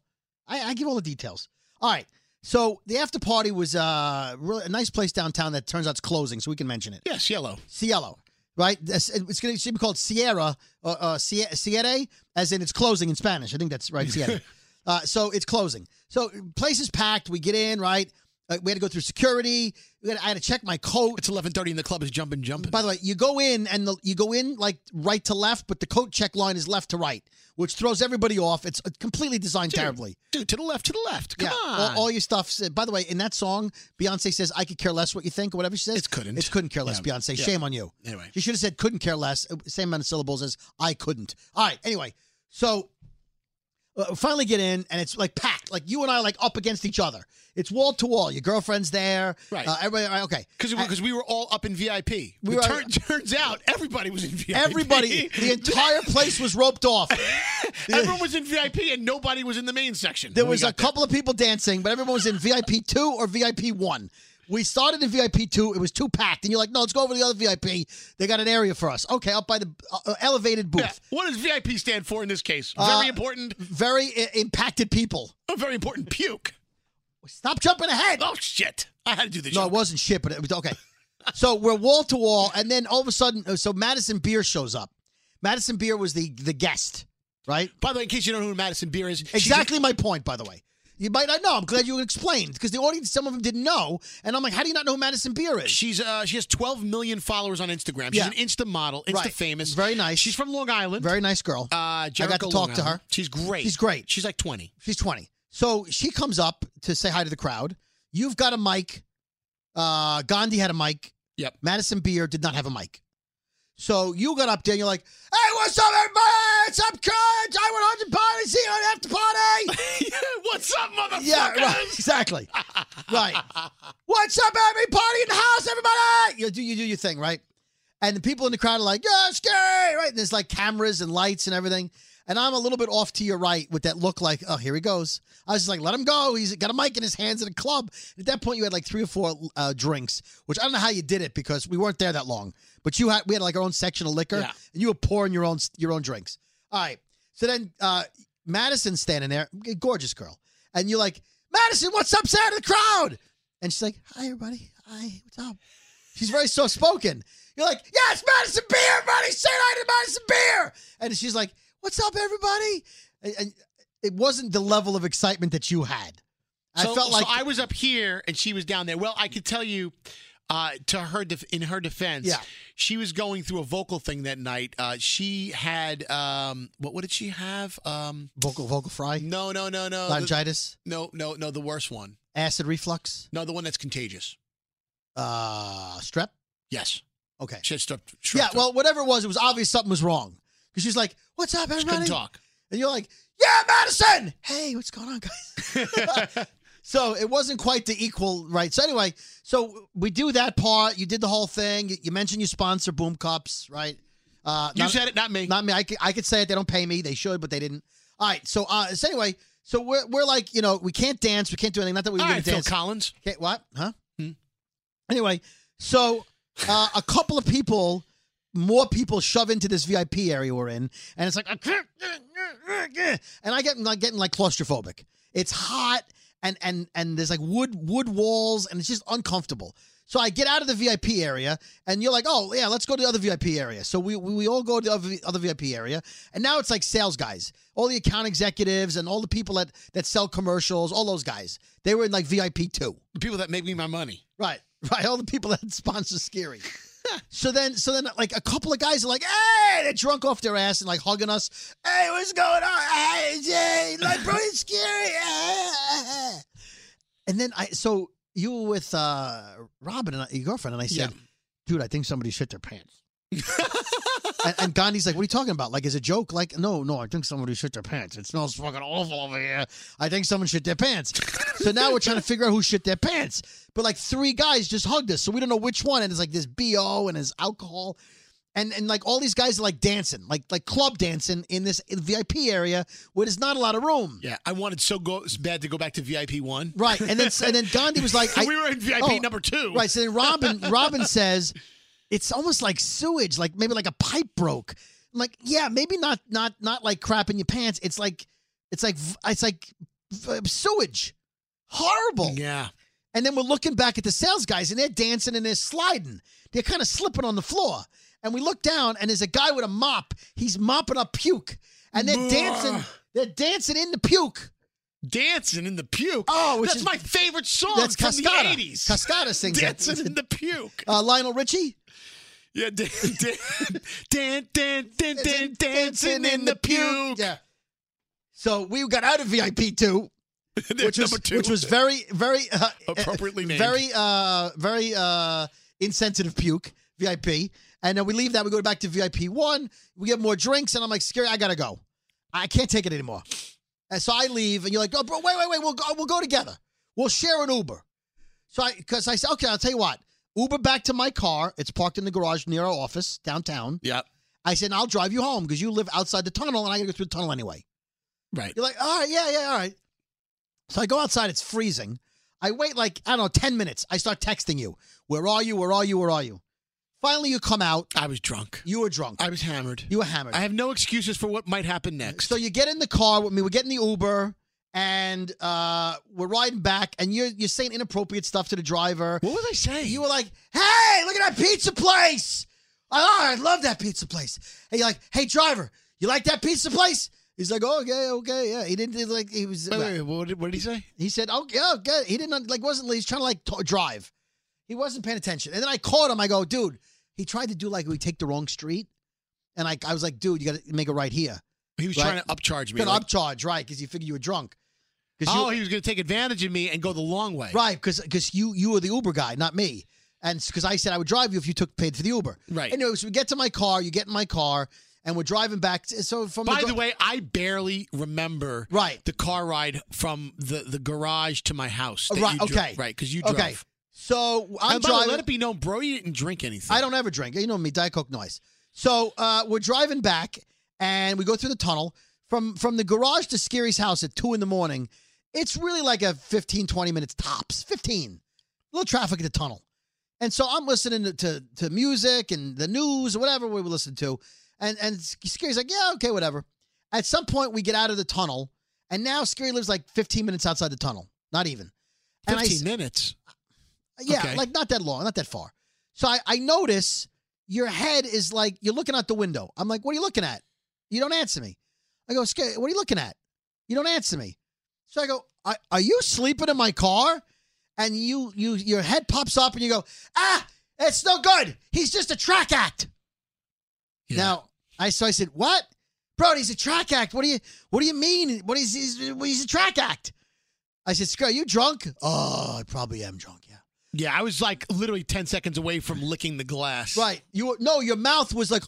I, I give all the details. All right. So the after party was uh, really a nice place downtown that turns out it's closing, so we can mention it.
Yes, yellow.
Cielo, right? This- It's going to be called Sierra, uh, uh, Cie- Sierra, as in it's closing in Spanish. I think that's right,
[laughs]
Sierra. uh, so it's closing. So place is packed. We get in, right? Uh, we had to go through security. We had, I had to check my coat.
It's eleven thirty, and the club is jumping, jumping.
By the way, you go in and the, you go in like right to left, but the coat check line is left to right, which throws everybody off. It's uh, completely designed terribly.
dude, to the left, to the left. Come on.
All, all your stuff. said- By the way, in that song, Beyonce says, "I could care less what you think," or whatever she says.
It's couldn't.
It's couldn't care less,
Yeah.
Beyonce.
Yeah.
Shame on you.
Anyway.
you should have said "couldn't care less." uh, Same amount of syllables as "I couldn't." All right. Anyway, so Uh, finally get in, and it's like packed. Like you and I, are, like up against each other. It's wall to wall. Your girlfriend's there.
Right.
Uh, everybody. all right, Okay.
Because because we were all up in VIP.
We
It
were-
turn- [laughs] turns out everybody was in VIP. [laughs]
Everybody. the entire place was roped off.
Everyone was in VIP and nobody was in the main section.
There
when we
was a
got
couple of people dancing, but everyone was in VIP two or VIP one. We started in VIP two. It was too packed, and you're like, "No, let's go over to the other VIP. They got an area for us. Okay, up by the uh, uh, elevated booth.
there. Yeah. What does VIP stand for in this case? Very
Uh,
important.
Very I- impacted people.
A very important puke.
Stop jumping ahead.
Oh shit! I had to do the
No,
joke.
it wasn't shit, but it was okay. so we're wall to wall, and then all of a sudden, uh, so Madison Beer shows up. Madison Beer was the the guest, right?
By the way, in case you don't know who Madison Beer is, she's-
Exactly my point, by the way. You might not know. I'm glad you explained because the audience, some of them didn't know, and I'm like, how do you not know who Madison Beer is?
She's uh, she has 12 million followers on Instagram. She's
Yeah.
an Insta model, Insta
Right.
famous,
Very nice.
She's from Long Island.
Very nice girl.
Uh, Jericho,
I got to
Long
talk to
Island.
her.
She's great.
She's great.
She's like 20.
[laughs] She's 20. So she comes up to say hi to the crowd. You've got a mic. Uh, Gandhi had a mic.
Yep.
Madison Beer did not have a mic. So you got up there and you're like, hey, what's up, everybody? What's up, kids? I went on the party. See you on the after
[laughs]
party.
What's up, motherfuckers?
yeah, right. Exactly. right. What's up, everybody? Party in the house, everybody. You do, you do your thing, right? And the people in the crowd are like, yeah, scary, right? And there's like cameras and lights and everything. And I'm a little bit off to your right with that look like, oh, here he goes. I was just like, let him go. He's got a mic in his hands at a club. At that point, you had like three or four uh, drinks, which I don't know how you did it because we weren't there that long. But you had we had like our own section of liquor,
Yeah.
and you were pouring your own your own drinks. All right. So then uh, Madison's standing there, g- gorgeous girl, and you're like, Madison, what's up, Sarah, to the crowd? And she's like, Hi, everybody. Hi, what's up? She's very soft spoken. You're like, yes, Madison Beer, everybody, say hi to Madison Beer. And she's like, what's up, everybody? And, and it wasn't the level of excitement that you had.
So,
I felt like
so I was up here and she was down there. Well, I could tell you, uh, to her def- in her defense,
Yeah.
she was going through a vocal thing that night. Uh, she had um, what? What did she have? Um,
vocal vocal fry,
no, no, no, no, the-
laryngitis,
no, no, no. The worst one.
acid reflux,
No, the one that's contagious.
uh, strep.
Yes.
Okay.
She had strep, strep
Yeah,
throat.
well, whatever it was, it was obvious something was wrong. Because she's like, what's up,
she couldn't
everybody?
talk.
And you're like, yeah, Madison. Hey, what's going on, guys?
[laughs]
so it wasn't quite the equal, right? So anyway, so we do that part. You did the whole thing. You, you mentioned you sponsor Boom Cups, right? Uh,
You
not-
said it, not me.
Not me. I could, I could say it. They don't pay me. They should, but they didn't. All right. So, uh, so anyway, so we're, we're like, you know, we can't dance. We can't do anything. Not that we were
All
going
right,
to
Phil
dance.
Collins.
Okay, what? Huh? Anyway, so uh, a couple of people, more people shove into this VIP area we're in, and it's like, and I get like getting like claustrophobic. It's hot, and and and there's like wood wood walls, and it's just uncomfortable. So I get out of the VIP area, and you're like, "Oh yeah, let's go to the other VIP area." So we we, we all go to the other, other VIP area, and now it's like sales guys, all the account executives, and all the people that that sell commercials, all those guys. They were in like VIP two.
The people that make me my money.
Right, [laughs] right. All the people that sponsor Scary. so then, so then, like a couple of guys are like, "Hey," they're drunk off their ass and like hugging us. Hey, what's going on? Hey, Jay, like bro, it's scary. [laughs] Ah. and then I, so you were with uh, Robin and I, your girlfriend, and I said,
Yeah.
"Dude, I think somebody shit their
[laughs]
pants." and, and Gandhi's like, "What are you talking about? Like, as a joke? Like, no, no, I think somebody shit their pants. It smells fucking awful over here. I think someone shit their pants." so now we're trying to figure out who shit their pants. But like three guys just hugged us, so we don't know which one. And it's like this bo and his alcohol, and and like all these guys are like dancing, like like club dancing in this VIP area where there's not a lot of room.
Yeah, I wanted so go- bad to go back to VIP one.
Right, and then and then Gandhi was like, I,
[laughs] we were in VIP
oh,
number two.
Right. So then
[laughs]
Robin Robin says it's almost like sewage, like maybe like a pipe broke. I'm like, yeah, maybe not not not like crap in your pants. It's like it's like v- it's like v- uh, sewage. Horrible.
Yeah.
And then we're looking back at the sales guys and they're dancing and they're sliding. They're kind of slipping on the floor. And we look down and there's a guy with a mop. He's mopping up puke. And they're
Blah.
dancing. They're dancing in the puke.
Dancing in the puke.
Oh, which
that's
is-
my favorite song
That's
from
Cascada.
the 80s.
Cascada sings that.
[laughs] Dancing in the puke.
Uh, Lionel Richie? [laughs]
Yeah, dan, dan, dan, dan, dan, dan, dancing in the puke. [laughs]
Yeah. So we got out of VIP two, which was
number two.
which was very very uh,
[laughs] Appropriately
uh,
named.
very uh very uh insensitive puke VIP, and then we leave that we go back to VIP one. We get more drinks, and I'm like, scary, I gotta go, I can't take it anymore. And so I leave, and you're like, oh, bro, wait, wait, wait, we'll go, we'll go together. We'll share an Uber. So I, because I said, okay, I'll tell you what, Uber back to my car. It's parked in the garage near our office downtown.
Yep.
I said, I'll drive you home because you live outside the tunnel, and I got to go through the tunnel anyway.
Right.
You're like, all right, yeah, yeah, all right. So I go outside, it's freezing. I wait like, I don't know, 10 minutes. I start texting you. Where are you? Where are you? Where are you? Finally, you come out.
I was drunk.
You were drunk.
I was hammered.
you were hammered.
I have no excuses for what might happen next.
so you get in the car with me. We're getting the Uber and uh, we're riding back, and you're, you're saying inappropriate stuff to the driver.
what was I saying?
You were like, hey, look at that pizza place. Oh, I love that pizza place. And you're like, hey, driver, you like that pizza place? He's like, oh, okay, okay, yeah. He didn't, like, he was.
wait, wait, wait, what, did, what did he say?
He said, "Oh, yeah, good." He didn't like wasn't he's trying to like t- drive. He wasn't paying attention. And then I caught him. I go, "Dude, he tried to do like we take the wrong street." And I, I was like, "Dude, you got to make it right here."
He was
Right.
trying to upcharge me.
Gonna
like,
upcharge, right? Because you figured you were drunk. Because
oh,
you,
he was going to take advantage of me and go the long way.
right? Because you you were the Uber guy, not me. And because I said I would drive you if you took paid for the Uber.
Right.
Anyway, so we get to my car. You get in my car, and we're driving back. To, so from
By
the,
the way, I barely remember
Right.
the car ride from the, the garage to my house. that
Right,
you drove-
okay.
right, because you drove.
okay. So I'm
and by the way,
driving.
let it be known, bro, you didn't drink anything.
I don't ever drink. You know me, Diet Coke noise. So uh, we're driving back, and we go through the tunnel from from the garage to Scary's house at two in the morning. It's really like a 15, 20 minutes tops. Fifteen, little traffic at the tunnel, and so I'm listening to to, to music and the news or whatever we were listening to, and and Scary's like, yeah, okay, whatever. At some point, we get out of the tunnel, and now Scary lives like 15 minutes outside the tunnel, not even. And I s-
Fifteen minutes.
yeah,
Okay.
like not that long, not that far. So I, I notice your head is like you're looking out the window. I'm like, what are you looking at? You don't answer me. I go, Scary, what are you looking at? You don't answer me. So I go, are, are you sleeping in my car? And you you your head pops up and you go, ah, it's no good. He's just a track act.
Yeah.
Now I so I said, what? Bro, he's a track act. What do you what do you mean? What is he's, he's a track act? I said, Scary, you drunk? Oh, I probably am drunk, yeah.
yeah, I was like literally ten seconds away from licking the glass. [sighs]
Right. You were, no, your mouth was like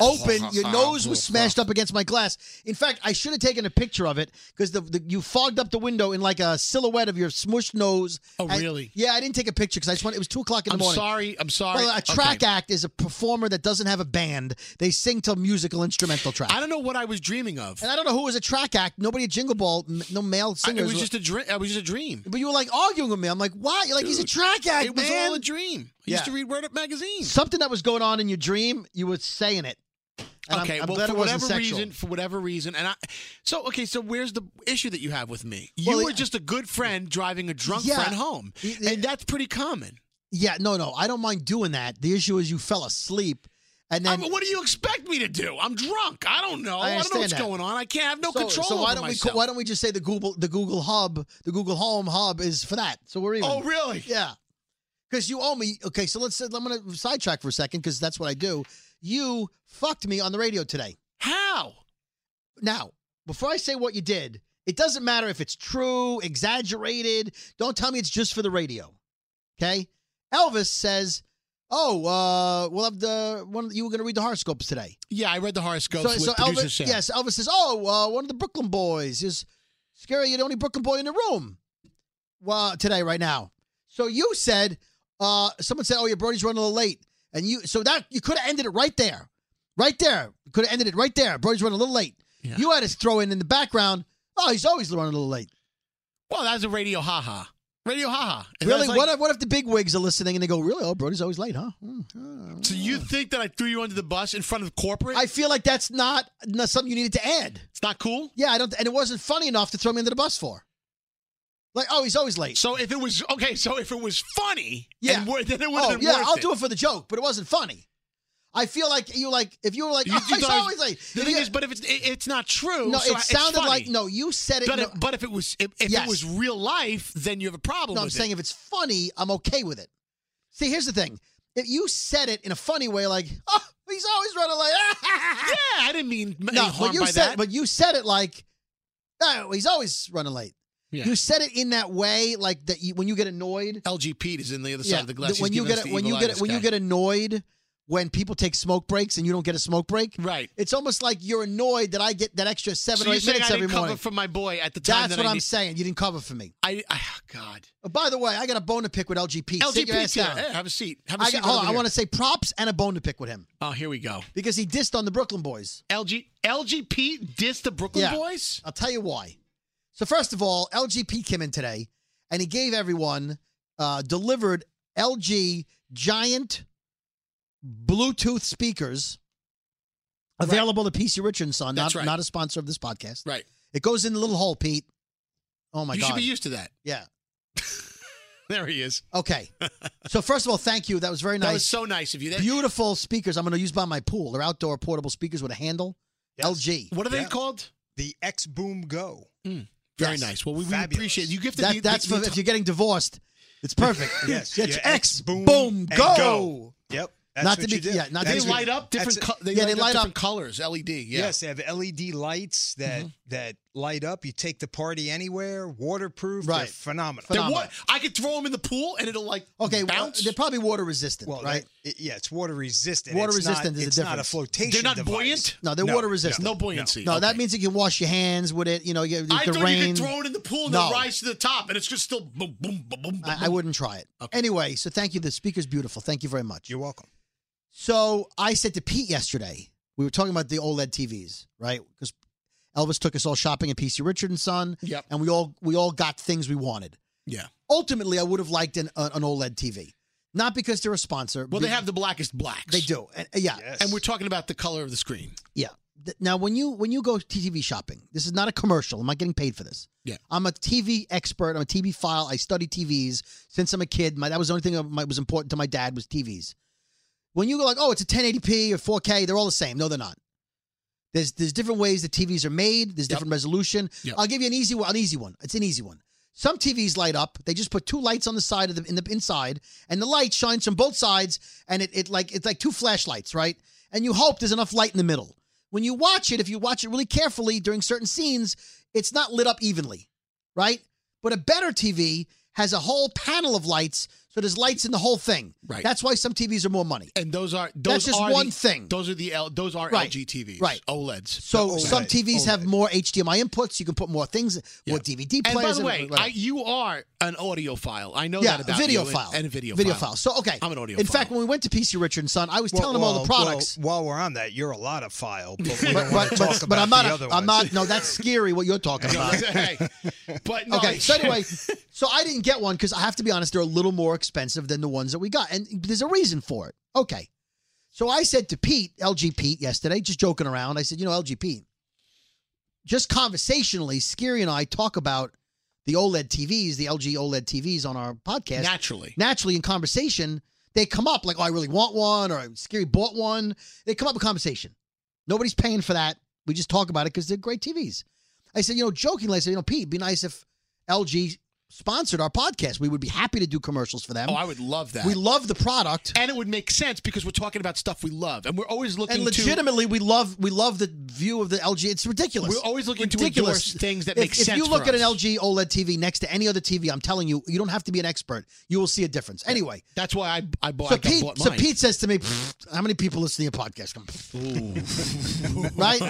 open.
[laughs]
Your nose was smashed up against my glass. In fact, I should have taken a picture of it because the, the you fogged up the window in like a silhouette of your smushed nose.
Oh,
And-
really?
Yeah, I didn't take a picture because I just wanted. It was two o'clock in the
I'm
morning.
sorry. I'm sorry.
Well, a track
Okay.
act is a performer that doesn't have a band. They sing to musical instrumental track.
I don't know what I was dreaming of.
and I don't know who was a track act. Nobody at Jingle Ball, m- no male
I-
singers.
it was
were-
just a dream. It was just a dream.
but you were like arguing with me. I'm like, why? You're like, he's a track act,
It was
man.
all a dream. I
Yeah.
used to read Word Up magazine.
Something that was going on in your dream, you were saying it. And I'm-
okay,
I'm
well,
glad
for
it wasn't
whatever
sexual.
reason, for whatever reason, and I, so okay, so where's the issue that you have with me? You
Well,
were
yeah.
just a good friend driving a drunk
Yeah.
friend home,
Y- y-
and that's pretty common.
Yeah, no, no, I don't mind doing that. The issue is you fell asleep, and
I
then
mean, what do you expect me to do? I'm drunk. I don't know.
I
I, don't know
understand
what's
that.
going on. I can't have no
so,
control.
so why
over
don't we
myself.
why don't we just say the Google the Google Hub the Google Home Hub is for that? So we're even.
oh, really?
Yeah, because you owe me. Okay, so let's. I'm gonna sidetrack for a second because that's what I do. You fucked me on the radio today.
How?
Now, before I say what you did, it doesn't matter if it's true, exaggerated. Don't tell me it's just for the radio. Okay? Elvis says, "Oh, uh, we'll have the one. You were going to read the horoscopes today."
Yeah, I read the horoscopes with producer
Elvis,
Sam.
yes, Elvis says, "Oh, uh, one of the Brooklyn boys is scary. You're the only Brooklyn boy in the room." Well, today, right now. So you said, uh, someone said, "Oh, your Brody's running a little late," and you so that you could have ended it right there, right there. Could have ended it right there. Brody's running a little late.
Yeah.
You had to throw in in the background. Oh, he's always running a little late.
Well, that was a radio haha. Radio haha. And
Really?
that's like-
what if what if the big wigs are listening and they go, "Really? Oh, Brody's always late, huh?" Hmm, hmm."
So you think that I threw you under the bus in front of corporate?
I feel like that's not, not something you needed to add.
it's not cool.
Yeah, I don't, and it wasn't funny enough to throw me under the bus for. Like, oh, he's always late.
So if it was okay, so if it was funny,
Yeah.
and wor- then it would have
oh,
been
yeah,
worth
I'll
it.
do it for the joke, but it wasn't funny. I feel like you like if you were like,
You-
oh,
you
he's
thought I
always
was-
late.
The
If
thing
you-
is, but if it's it, it's not true,
no,
so
it
it's
sounded
funny.
like no, you said it.
But,
no,
if, but if it was if, if
Yes.
it was real life, then you have a problem.
no, I'm
with
saying
it.
if it's funny, I'm okay with it. See, here's the thing: if you said it in a funny way, like, oh, he's always running late. Ah!
yeah, I didn't mean any
no,
harm
but you
by
said,
that.
but you said it like, oh, he's always running late.
Yeah.
You said it in that way, like that you, when you get annoyed.
LGP is in the other side of the
th-
glass. He's
When you
giving
get
us the
when
evil
you
eye,
get
this
when you
guy.
get annoyed, when people take smoke breaks and you don't get a smoke break.
Right.
It's almost like you're annoyed that I get that extra seven
So
or
you're
eight
saying
minutes
I
every
didn't cover
morning.
for my boy at the time
That's
that
what
I
I'm
need-
saying. You didn't cover for me.
I, I oh, God.
Oh, by the way, I got a bone to pick with LGP. Sit your ass
LGP.
down.
Yeah, Eh, have a seat. Have a
I
seat.
got, hold on,
right over
I
here.
want to say props and a bone to pick with him
Oh, here we go.
because he dissed on the Brooklyn Boys.
LG LGP diss the Brooklyn Boys.
I'll tell you why. So first of all, LGP came in today and he gave everyone uh, delivered LG giant Bluetooth speakers available to PC Rich and Son.
That's
Not,
right.
not a sponsor of this podcast.
Right.
It goes in the little hole, Pete. Oh my
you
god.
should be used to that.
yeah.
There he is. [laughs]
Okay. so first of all, thank you. That was very
That
nice.
was so nice of you. That,
Beautiful speakers. I'm going to use by my pool. They're outdoor portable speakers with a handle. LG.
what are they
Yeah.
called?
The X Boom Go.
Very
Yes.
nice. Well, we, we
Fabulous.
appreciate it. you. Gifted
That,
the,
that's
the,
for,
the
if you're getting divorced. It's
[laughs]
perfect.
Yes.
It's
your
X boom,
and
go.
Yep. That's
Not to
what
be-
you did.
yeah, not to
They
That's
what-
light up different.
that's-
Co- they
yeah,
light
they
up
light
different
up.
colors. LED. Yeah.
Yes, they have LED lights that
Mm-hmm.
that light up. You take the party anywhere. Waterproof. They're
Right.
phenomenal.
They're
Phenomenal.
wa- I could throw them in the pool and it'll like
Okay, well,
bounce.
they're probably water resistant,
Well,
right?
that- it- yeah, it's water resistant.
Water
It's not-
resistant is the
It's not a
difference.
flotation.
They're not
device.
buoyant?
no, they're
no,
water
no.
resistant.
no buoyancy.
No, that
Okay.
means you can wash your hands with it. You know, you,
I
the
thought
rain.
you could throw it in the pool and
No.
it'll rise to the top, and it's just still boom, boom, boom, boom. boom.
I, I wouldn't try it.
Okay.
Anyway, so thank you. The speaker's beautiful. Thank you very much.
You're welcome.
So I said to Pete yesterday, we were talking about the OLED TVs, right? Because Elvis took us all shopping at PC Richard and Son,
Yep.
and we all we all got things we wanted.
Yeah.
Ultimately, I would have liked an, an OLED TV, not because they're a sponsor.
Well, they
be-
have the blackest blacks.
they do, and, yeah.
Yes.
And we're talking about the color of the screen.
Yeah. Th- Now, when you when you go TV shopping, this is not a commercial. I'm not getting paid for this.
Yeah.
I'm a TV expert. I'm a TV file. I study TVs since I'm a kid. My, that was the only thing that my, was important to my dad was TVs. When you go like, oh, it's a 1080p or 4K, they're all the same. No, they're not. There's there's different ways that TVs are made. There's different resolution.
Yep.
I'll give you an easy one. An easy one. It's an easy one. Some TVs light up. They just put two lights on the side of the in the inside, and the light shines from both sides, and it, it like it's like two flashlights, right? And you hope there's enough light in the middle. When you watch it, if you watch it really carefully during certain scenes, it's not lit up evenly, right? But a better TV has a whole panel of lights, so there's lights in the whole thing.
Right.
That's why some TVs are more money.
And those are
That's
those
just
are
one
the-
thing.
Those are the L, those are
Right.
LG TVs,
Right.
OLEDs.
So
The
some
E
OLED,
TVs have
OLED.
more HDMI inputs. You can put more things, more DVD
And by
players.
the way,
whatever.
I, you are an audiophile. I know
yeah,
that about
video
you,
file
and, and a video,
file. So okay,
I'm an audio.
In fact, when we went to PC Richard and Son, I was telling them all the
Well, well,
products.
while we're on that, you're a lot of file,
[laughs]
but we
but
don't
but,
want to
but-
talk
but
about
I'm not.
the
a-
other
I'm not.
ones.
No, that's scary. What you're
[laughs]
talking about.
hey, but no,
Okay, so anyway, so I didn't get one because I have to be honest, they're a little more expensive than the ones that we got, and there's a reason for it. Okay, so I said to Pete, LG Pete, yesterday, just joking around. I said, you know, LG Pete, just conversationally, Scary and I talk about the OLED TVs, the LG OLED TVs on our podcast
naturally,
naturally in conversation, they come up like, oh, I really want one, or Scary bought one. They come up in conversation. Nobody's paying for that. We just talk about it because they're great TVs. I said, you know, jokingly, I said, you know, Pete, it'd be nice if LG sponsored our podcast. We would be happy to do commercials for them.
oh, I would love that.
we love the product.
and it would make sense because we're talking about stuff we love, and we're always looking
And
to
legitimately, we love we love the view of the LG. It's ridiculous.
We're always looking to
ridiculous
endorse things that
if,
make
if
sense
you
for
look at an
us.
LG OLED TV next to any other TV, I'm telling you, you don't have to be an expert. You will see a difference. Anyway,
That's why I I bought.
So
I got
Pete,
bought
so
mine.
Pete says to me, "Pfft, "How many people listen to your podcast?" I'm, "Pfft."
[laughs]
right?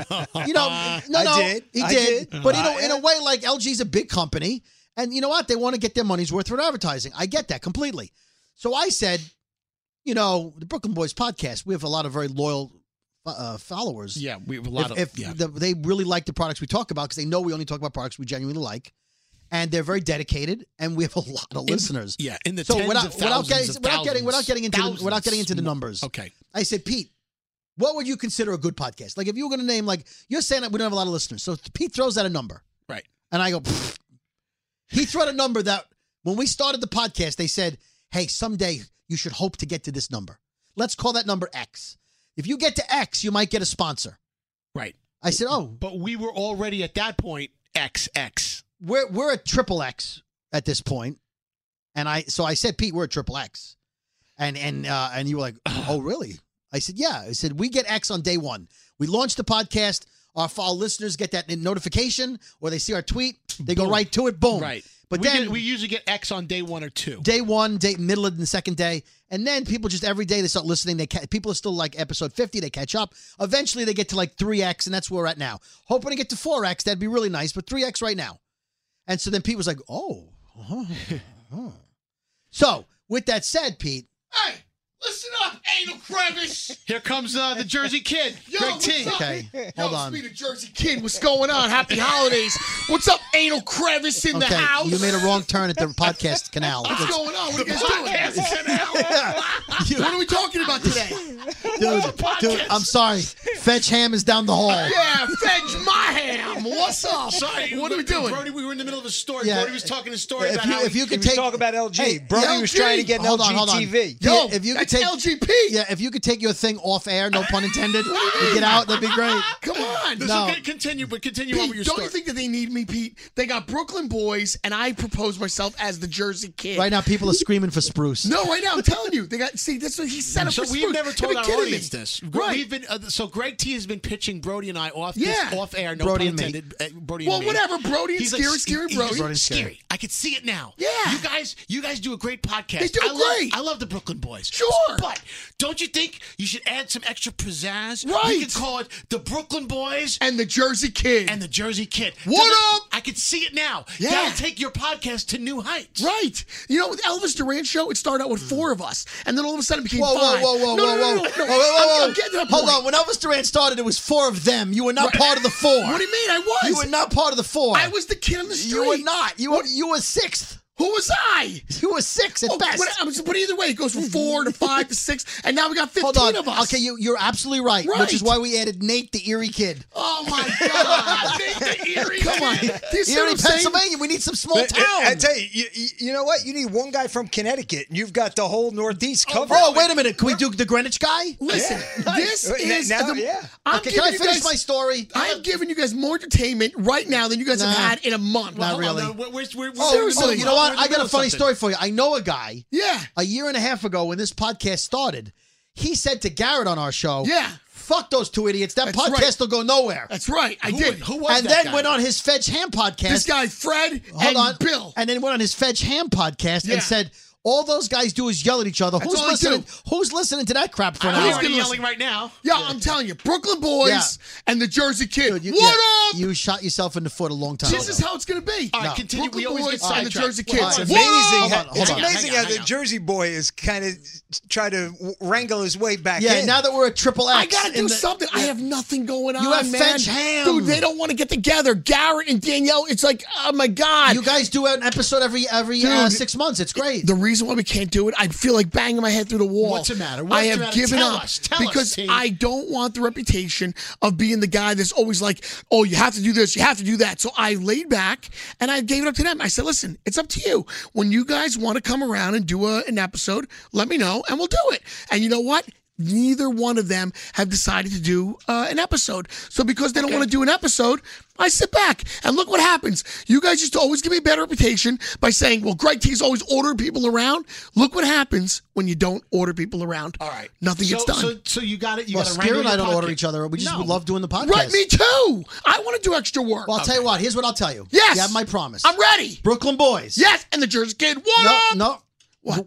You know, no,
I
no,
did.
he
I
did.
did.
But you
Uh,
know, in a way, like LG's a big company, and you know what? They want to get their money's worth for advertising. I get that completely. So I said, you know, the Brooklyn Boys podcast. We have a lot of very loyal uh, followers.
yeah, we have a lot
if,
of
if
yeah.
the, they really like the products we talk about, because they know we only talk about products we genuinely like, and they're very dedicated, and we have a lot of listeners.
yeah, in the
So
tens
without,
of
without
thousands
getting
of
without getting without
thousands.
getting into the, without
Thousands.
getting into the numbers,
Okay,
I said, Pete, what would you consider a good podcast? Like if you were going to name like you're saying that we don't have a lot of listeners, so Pete throws out a number,
right.
and I go, "Pfft." he threw out a number that when we started the podcast, they said, hey, someday you should hope to get to this number. Let's call that number X. If you get to X, you might get a sponsor.
Right.
I said, oh,
But we were already at that point XX.
we're we're at triple X at this point, and I so I said, Pete, we're at triple X, and and uh, and you were like,
[clears throat]
oh really? I said, yeah. I said we get X on day one. We launch the podcast. Our, our listeners get that notification, or they see our tweet. They go
Boom.
right to it. Boom.
Right.
But
we
then
get- we usually get X on day one or two.
day one, day middle of the second day, And then people just every day they start listening. They ca- people are still like episode fifty. They catch up. Eventually they get to like three x, and that's where we're at now. Hoping to get to four x, that'd be really nice. But three x right now. And so then Pete was like, "Oh." uh-huh, uh-huh." so with that said, Pete,
Hey, listen up, anal crevice. Here comes uh, the Jersey Kid,
Yo,
Greg
what's
T.
up?
okay, hold
Yo,
on.
Speed of Jersey Kid, what's going on? Happy holidays. What's up, anal crevice in the
Okay,
house?
you made a wrong turn [laughs] at the podcast canal.
What's going on? What are you guys doing?
Dude,
[laughs] What are we talking about today?
[laughs] dude, I'm sorry. Fetch Ham is down the hall.
Yeah, fetch my ham. What's up?
Sorry,
[laughs] what are we doing?
Brody, we were in the middle of a story.
Yeah.
Brody was talking a story
If
about
you,
how
if
he-
you
He
could
was
take,
talking about LG.
Hey,
Brody was
LG.
trying to get an
hold
LG
on, hold on.
TV.
Yeah,
Yo,
if you could
that's
take,
LGP.
yeah, if you could take your thing off air, no pun [laughs] intended, and get out, that'd be great.
Come on.
this
no.
is gonna continue, but continue on
Pete,
with your
don't
story.
you think that they need me, Pete? They got Brooklyn boys, and I propose myself as the Jersey Kid.
Right now, people are screaming for Spruce.
No, right now I'm telling you, they got. See, that's what he set
Mm,
up.
so
for
we've
Spruce.
never
They
told
been
our
kidding me.
audience this.
right?
We've been uh, so Greg T has been pitching Brody and I off
Yeah.
this, off air. No
Brody
pun
and me.
intended. uh, Brody
Well,
and me.
whatever, Brody and
He's
Scary,
like,
Scary
he-
Brody.
he's
Brody and
scary.
Scary.
I can see it now.
Yeah.
you guys, you guys do a great podcast.
They do
I love-
great.
I love the Brooklyn Boys.
Sure.
but don't you think you should add some extra pizzazz?
Right.
We can call it the Brooklyn Boys
and the Jersey Kid.
and the Jersey Kid.
What
Doesn't-
up?
I can see it now.
Yeah.
That'll take your podcast to new heights.
Right. You know, with Elvis Duran show, it started out with four of us, and then all of a sudden it became
Whoa, whoa,
five.
whoa, whoa,
no,
whoa,
no, no,
whoa.
no, no.
whoa, whoa, whoa.
I'm, I'm getting to that
Hold
point.
on. When Elvis Duran started, it was four of them. You were not part of the four.
What do you mean? I was.
You were not part of the four.
I was the kid on the street.
You were not. You were, you were sixth.
Who was I?
You were six at
Oh,
best.
what- I'm- but either way, it goes from four to five to six, and now we got 15
Hold on.
of us.
Okay, you, you're absolutely right, Which is
Right.
why we added Nate, the eerie kid.
Oh my
[laughs]
God! Make the eerie Come on, do you see what
Erie,
I'm saying?
Pennsylvania. We need some small
But, uh,
town.
I tell you, you, you- you know what? You need one guy from Connecticut, and you've got the whole Northeast covered.
oh, wait a minute. Can we do the Greenwich guy?
Listen, this
Wait,
is
now-
the,
yeah.
I'm
Okay, can
giving
I
you
finish
guys-
my story? Oh,
I'm giving you guys more entertainment right now than you guys have
Nah.
had in a month.
Not
Hold on, uh,
really.
no, we're- we're- we're-
Oh,
we're in the
seriously.
Oh,
middle-
you know
we're
what?
in the
I got
middle
a
of
funny
something.
story for you. I know a guy
Yeah.
a year and a half ago when this podcast started. He said to Garrett on our show,
Yeah.
fuck those two idiots. That
That's
podcast
right.
will go nowhere."
That's right. I
Who-
did.
Who was
And
that
then
guy?
went on his Fetch Ham podcast.
This guy, Fred and
hold on,
Bill.
and then went on his Fetch Ham podcast
Yeah.
and said, "All those guys do is yell at each other. who's
all they
listening?
do.
Who's listening to that crap for an
I'm
hour?"
already
gonna
yelling right now.
yeah, I'm telling you, Brooklyn boys
Yeah.
and the Jersey Kid.
Dude, you-
what
yeah,
up?
You shot yourself in the foot a long time
This
ago.
is how it's going to be.
All right, continue.
Brooklyn
We always
boys
get
and the
sidetracked.
Jersey
Well,
Kid.
it's
It's
Hold
amazing,
on,
how,
hold
it's
on.
amazing
Hang on,
how
hang
the
on.
Jersey boy is kind of try to w- wrangle his way back
yeah,
in.
now that we're at Triple X,
I gotta do
in the-
something. I have nothing going on,
have
man.
Fetch Ham.
Dude, they don't want to get together. Garrett and Danielle, it's like, oh my God.
You guys do an episode every every uh,
Dude.
six months. It's great.
the reason why we can't do it, I feel like banging my head through the wall.
What's the matter? What's
I
the
have
matter?
given
Tell
up
us. Tell us,
because
T.
I don't want the reputation of being the guy that's always like, "Oh, you have to do this, you have to do that." So I laid back and I gave it up to them. I said, "Listen, it's up to you. When you guys want to come around and do a, an episode, let me know and we'll do it." And you know what? Neither one of them have decided to do uh, an episode. So because they don't want to do an episode, I sit back and look what happens. You guys used to always give me a bad reputation by saying, well, Greg T's always ordering people around. Look what happens when you don't order people around. All
right.
Nothing
so,
gets done.
So, so you got it. You
well,
got to
Scare and I don't order each other. We just
No.
love doing the podcast.
right, me too. I want to do extra work.
Well, I'll tell you what. Here's what I'll tell you.
Yes.
You have my promise.
I'm ready.
Brooklyn Boys.
Yes, and the Jersey Kid, what
No,
up?
no.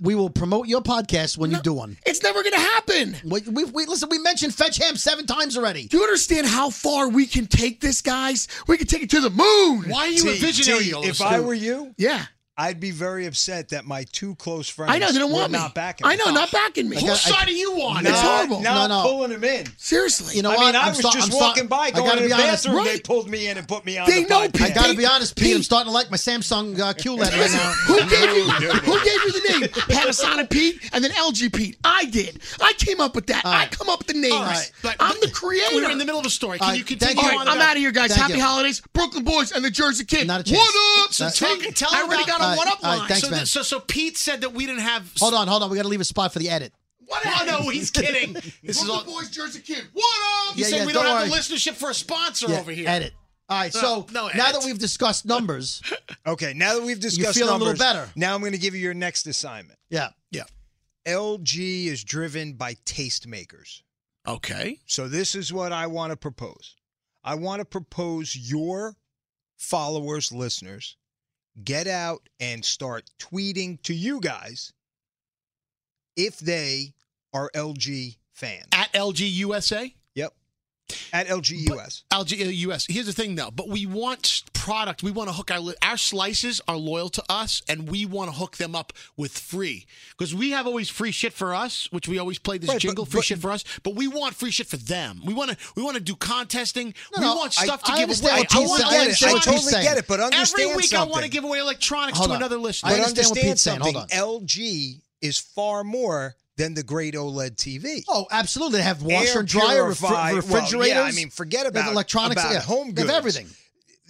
We will promote your podcast when you do one.
It's never going to happen.
We, we, we, listen, we mentioned Fetch Ham seven times already.
Do you understand how far we can take this, guys? We can take it to the moon.
Why are
T-
you a
T,
visionary? all of a
if
sudden?
I were you,
Yeah.
I'd be very upset that my two close friends
I know, they don't
were
want me.
not backing
I
me.
know, not backing me.
whose side are you on?
Not-
It's horrible.
Not
No, no.
pulling him in.
Seriously.
You know
I
what?
mean, I
I'm
was
sta-
just
I'm sta-
walking
I
by, going
gotta
to the
be honest.
bathroom. They
Right.
pulled me in and put me on
They
the
know
podcast.
I gotta
Pete,
be honest, Pete. I'm
Pete.
starting to like my Samsung uh, QLED right
Listen,
now.
who gave you who gave you the name Panasonic Pete and then LG Pete? I did. I came up with that. I
right.
come up with the names.
right.
But-
I'm the
but-
creator.
We were in the middle of a story. Can
All
you
right,
continue
thank
All
you.
on?
right, I'm
about-
out of here, guys.
Thank
Happy
you.
holidays, Brooklyn Boys and the Jersey Kid.
Not a chance.
What up?
So
Hey,
talk- tell
I
them
already
about-
got a
All right,
one up
all right,
line.
thanks,
so,
man.
th- so, so Pete said that we didn't have.
Hold on, hold on. We gotta leave a spot for the edit.
What? [laughs] Oh
[laughs]
no, he's kidding. This is all.
Brooklyn Boys, Jersey Kid. What up?
He
Yeah,
said
yeah,
we don't,
don't
have the
worry.
listenership for a sponsor over here.
Edit. All right. So
No, no
now
edit.
that we've discussed
[laughs]
numbers,
Okay, now that we've discussed
feel a little
numbers,
better.
now I'm going to give you your next assignment.
yeah.
Yeah.
LG is driven by tastemakers.
Okay.
So this is what I want to propose. I want to propose your followers, listeners, get out and start tweeting to you guys if they are LG fans.
At LG USA?
Yep. At LG US.
LG uh, US. Here's the thing, though. But we want s- product. We want to hook our li- our slices are loyal to us, and we want to hook them up with free because we have always free shit for us, which we always play this
Right, but-
jingle free
but-
shit for us. But we want free shit for them. We want to we want to do contesting. we
no,
want
I-
stuff
I
to give
understand
away.
what Pete's
want
saying. I understand what
electronics.
Pete's saying.
but
Every week I want to
something.
give away electronics
Hold
to
on.
another
I
But
listener.
understand what
understand
Pete's saying. Hold
something. LG is far more than the great E OLED TV.
Oh, absolutely. They have washer
Air
and dryer,
purified- well,
refri-
yeah,
refrigerators.
I mean, forget
They have
about-
electronics.
about
yeah.
home
They have
goods.
everything.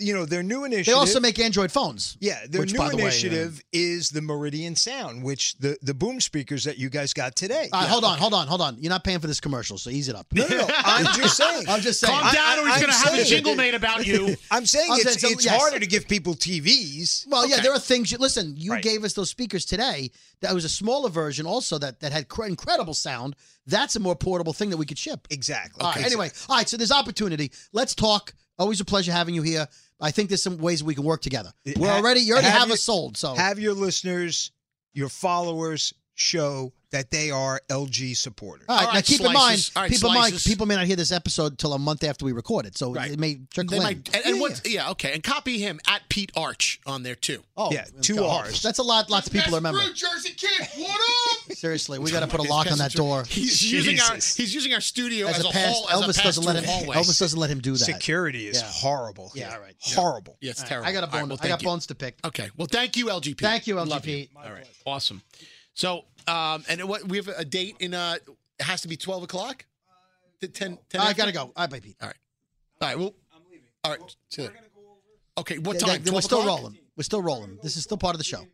You know, their new initiative.
They also make Android phones.
Yeah, their
which,
new
by the way, um,
initiative is the Meridian Sound, which the, the boom speakers that you guys got today.
uh, All right, hold on, hold on, hold on. You're not paying for this commercial, so ease it up.
No,
[laughs]
no, no. I'm just saying.
I'm just saying.
Calm
I-
down, or he's
I'm
going to have a
saying-
jingle made
[laughs]
about you.
I'm saying
I'm
it's,
saying so-
it's
yes.
harder to give people TVs.
Well, yeah,
Okay.
there are things. You, listen, you
Right.
gave us those speakers today. That was a smaller version, also that that had cr- incredible sound. That's a more portable thing that we could ship.
Exactly.
All right, Uh, anyway, all right. So there's opportunity. Let's talk. Always a pleasure having you here. I think there's some ways we can work together.
It-
We're
ha-
already you already
have
have,
you-
us sold. So
Have your listeners, your followers show that they are LG supporters.
all right,
All
now
right,
keep in mind,
slices. All right,
people mind,
slices.
people may not hear this episode till a month after we record it, so
Right.
it may trickle
They
in.
might, and, and
Yeah,
what? Yeah, okay. And copy him at Pete Arch on there too.
Oh,
Yeah, two
God.
Rs.
That's a lot. Lots of people remember.
Jersey kid. What
[laughs]
up?
Seriously, we got to put a lock on that door.
[laughs] He's using our
Jesus.
he's using our studio
As
as,
a pass,
hall. as a
Elvis
pass
doesn't let
through
him.
hallway.
Elvis doesn't let him do that.
Security is
Yeah.
horrible.
Yeah,
here.
all right. Yeah.
Horrible.
Yeah, it's
All right,
terrible.
I got a
All right,
bone.
well,
I got
thank you.
bones to pick.
Okay. Well, thank you, LGP.
Thank you,
Love you.
LGP.
All right. Awesome. So, um, and what we have a date in uh, it has to be twelve o'clock. The 10, 10
I
after?
gotta go. I bye, Pete.
All right. All right. Well, Uh, I'm leaving. All right. see you later. Okay. What
Th-
time?
th- we're
12
still
o'clock?
rolling. We're still rolling. This is still part of the show.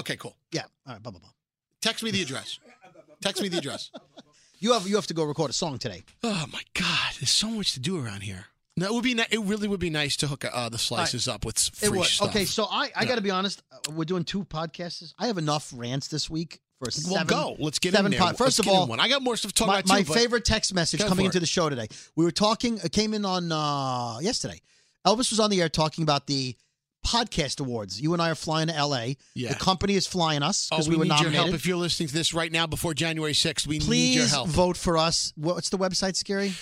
Okay. Cool.
Yeah. All right. Blah blah blah.
Text me the [laughs] address. Text me the [laughs] address.
You have you have to go record a song today.
Oh my God! There's so much to do around here. No, it would be. Ni- it really would be nice to hook uh, the slices up with s- free
It was
stuff.
okay. So I I
Yeah.
gotta be honest. uh, We're doing two podcasts. I have enough rants this week for
well,
seven.
go. Let's get
seven
in there.
pod-
Let's
First of
get in
all,
one. I got more stuff to talk
my,
about
my
too. but-
favorite text message
Go
coming
for
into
it.
the show today. We were talking. It came in on uh, yesterday. Elvis was on the air talking about the podcast awards. You and I are flying to L.A.
Yeah.
The company is flying us
Oh,
because
we,
we, were
need
nominated.
your help if you're listening to this right now before January 6th. We need your
Please
help.
vote for us. What's the website, Scary?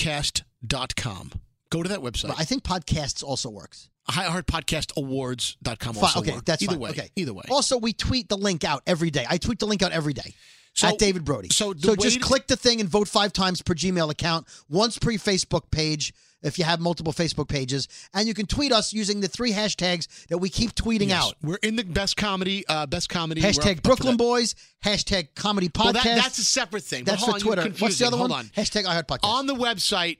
iHeartPodcast.com. Go to that website.
But I think podcasts also works.
iHeartPodcastAwards.com.
Fine.
Also
Okay,
work.
that's
either
fine.
way.
Okay,
Either way.
Also, we tweet the link out every day. I tweet the link out every day.
So-
at David Brody.
so the
so
way
just
to-
click the thing and vote five times per Gmail account, once per Facebook page if you have multiple Facebook pages, and you can tweet us using the three hashtags that we keep tweeting
Yes.
out:
We're in the best comedy. Uh, best comedy. We're up- up
hashtag
to
Brooklyn
that.
Boys, hashtag Comedy Podcast.
Well, that, that's a separate thing. but
That's
hold
for
on, you're
Twitter. What's the
confusing.
other
hold
one?
On.
Hashtag I Heart Podcast.
on the website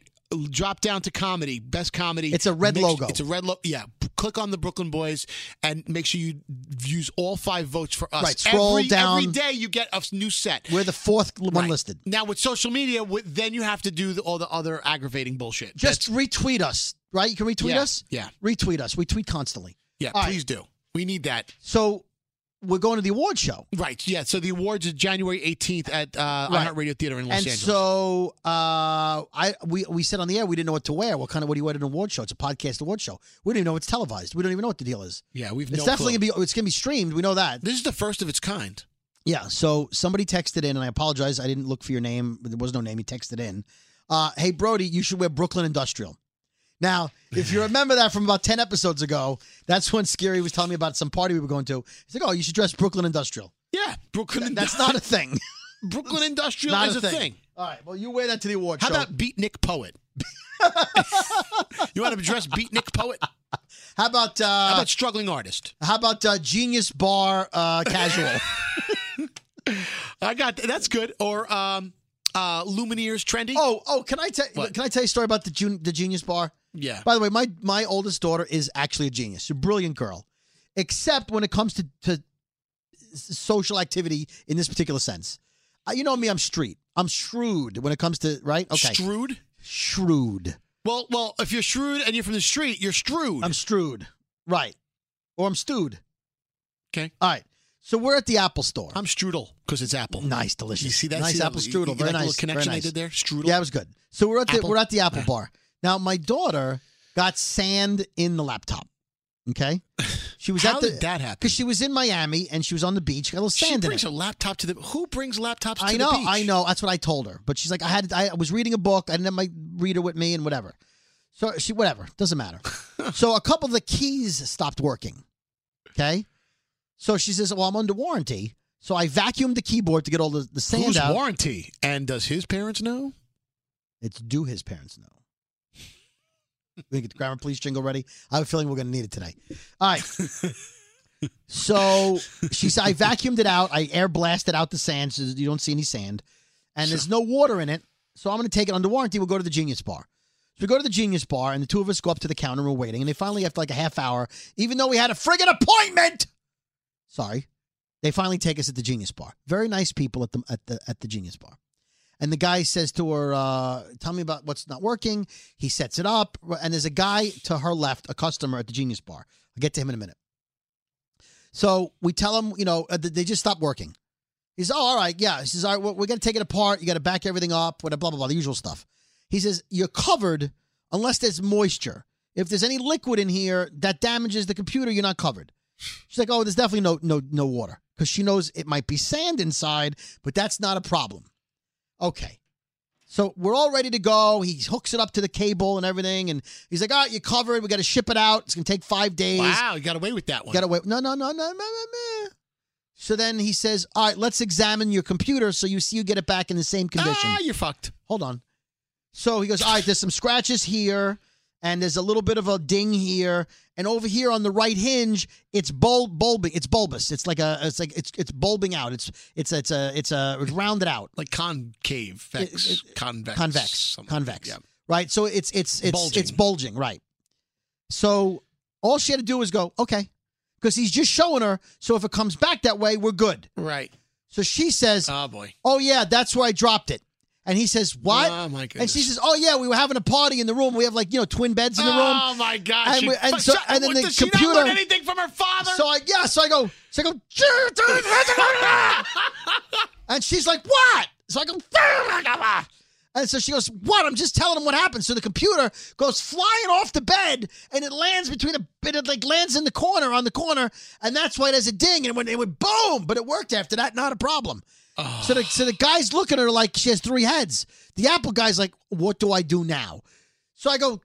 drop down to comedy best comedy
It's a red
Make su-
logo.
it's a red logo yeah p- click on the brooklyn boys and make sure you use all five votes for us
Right, scroll
every,
down.
every day you get a s- new set
We're the fourth one
Right.
listed.
now with social media with, then you have to do the, all the other aggravating bullshit
Just
That's-
retweet us, right? You can retweet
Yeah,
us.
yeah.
retweet us. We tweet constantly.
yeah
all right.
please do we need that
So we're going to the award show.
right yeah so the awards are january 18th at uh
Right.
iHeartRadio theater in los
and
angeles
so uh, I we we said on the air we didn't know what to wear. What kind of what do you wear at an award show? It's a podcast award show. We don't even know it's televised. We don't even know what the deal is.
yeah we've
It's
no
definitely
clue.
gonna be it's gonna be streamed. We know that.
this is the first of its kind
Yeah. So somebody texted in, and I apologize. I didn't look for your name. There was no name. He texted in. Uh, hey Brody, you should wear Brooklyn Industrial. Now, if
[laughs]
you remember that from about ten episodes ago, that's when Scary was telling me about some party we were going to. He's like, "Oh, you should dress Brooklyn Industrial."
yeah brooklyn
That's not a
[laughs]
thing.
brooklyn industrial
not
is a thing.
All right. Well, you wear that to the award
How
show.
about Beatnik Poet? you want to address Beatnik Poet?
How about uh,
How about Struggling Artist?
How about uh, Genius Bar uh, Casual?
[laughs] I got that's good. Or um, uh, Lumineers Trendy?
oh, oh, can I tell
What?
can I tell you a story about the Jun- the Genius Bar?
yeah.
By the way, my my oldest daughter is actually a genius, a brilliant girl, except when it comes to to s- social activity in this particular sense. Uh, you know me, I'm street. I'm shrewd when it comes to right. Okay,
Strewed?
shrewd.
Well, well, if you're shrewd and you're from the street, you're strewed.
I'm strewed, right? Or I'm stewed.
okay.
All right. So we're at the Apple Store.
I'm strudel because it's apple.
nice, delicious.
You see that?
nice
See that-
apple
you-
strudel.
you
very
like the
nice.
Little connection
very nice.
I did there. Strudel.
Yeah, it was good. So we're at the
Apple?
we're at the Apple
Yeah. [laughs]
Bar now. My daughter got sand in the laptop. Okay, She was
How
at the,
did that happen?
Because she was in Miami and she was on the beach. She got a little
She
sand in
brings
it.
a laptop to the. Who brings laptops to
I
the
know,
beach?
I know. That's what I told her. But she's like, I had, I was reading a book. I didn't have my reader with me and whatever. So she, whatever, doesn't
[laughs]
matter. so a couple of the keys stopped working. Okay. So she says, well, I'm under warranty. So I vacuumed the keyboard to get all the, the sand
Who's
out.
warranty? And does his parents know?
It's do his parents know? we get the grammar police jingle ready. I have a feeling we're going to need it today. All right. so she said, I vacuumed it out. I air blasted out the sand so that you don't see any sand. And there's no water in it. So I'm going to take it under warranty. We'll go to the Genius Bar. So we go to the Genius Bar, and the two of us go up to the counter and we're waiting. And they finally, after like a half hour, even though we had a friggin' appointment, sorry, they finally take us at the Genius Bar. Very nice people at the at the at the Genius Bar. And the guy says to her, uh, "Tell me about what's not working." He sets it up, and there's a guy to her left, a customer at the Genius Bar. I'll get to him in a minute. So we tell him, you know, uh, th- they just stopped working. He says, "Oh, all right, yeah." He says, "All right, well, we're gonna take it apart. You got to back everything up, whatever, blah blah blah, the usual stuff." He says, "You're covered unless there's moisture. If there's any liquid in here that damages the computer, you're not covered." She's like, "Oh, there's definitely no no no water," because she knows it might be sand inside, but that's not a problem. Okay. So we're all ready to go. He hooks it up to the cable and everything, and he's like, "All right, you're covered. We got to ship it out. It's gonna take five days."
Wow, you got away with that one.
Got away. No, no, no, no, no, no, no. So then he says, "All right, let's examine your computer so you see you get it back in the same condition."
ah, you're fucked.
Hold on. So he goes, "All right, there's some scratches here, and there's a little bit of a ding here, and over here on the right hinge, it's bul- bulbing. It's bulbous. It's like a. It's like it's it's bulbing out. It's it's it's a it's a it's rounded out."
Like concave, vex,
It-
convex,
convex,
something.
convex.
Yeah.
Right. So it's it's it's
Bulging.
it's bulging. Right. So all she had to do was go okay, because he's just showing her. So if it comes back that way, we're good.
Right.
So she says,
Oh boy.
"Oh yeah, that's where I dropped it." And he says, "What?"
Oh my
and
goodness.
she says, "Oh yeah, we were having a party in the room. We have like you know twin beds in the room."
Oh my god.
Um, And
she,
we- and
fuck-
so-
shut-
and then
what,
the
does she not
computer-
learn anything from her father?
So I yeah, so I go, so I go, and she's like, what? So I go, and so she goes, what? I'm just telling him what happened. So the computer goes flying off the bed and it lands between a bit. It like lands in the corner on the corner, and that's why it has a ding. And when it went boom, but it worked after that, not a problem. So the so the guy's looking at her like she has three heads. The Apple guy's like, what do I do now? So I go,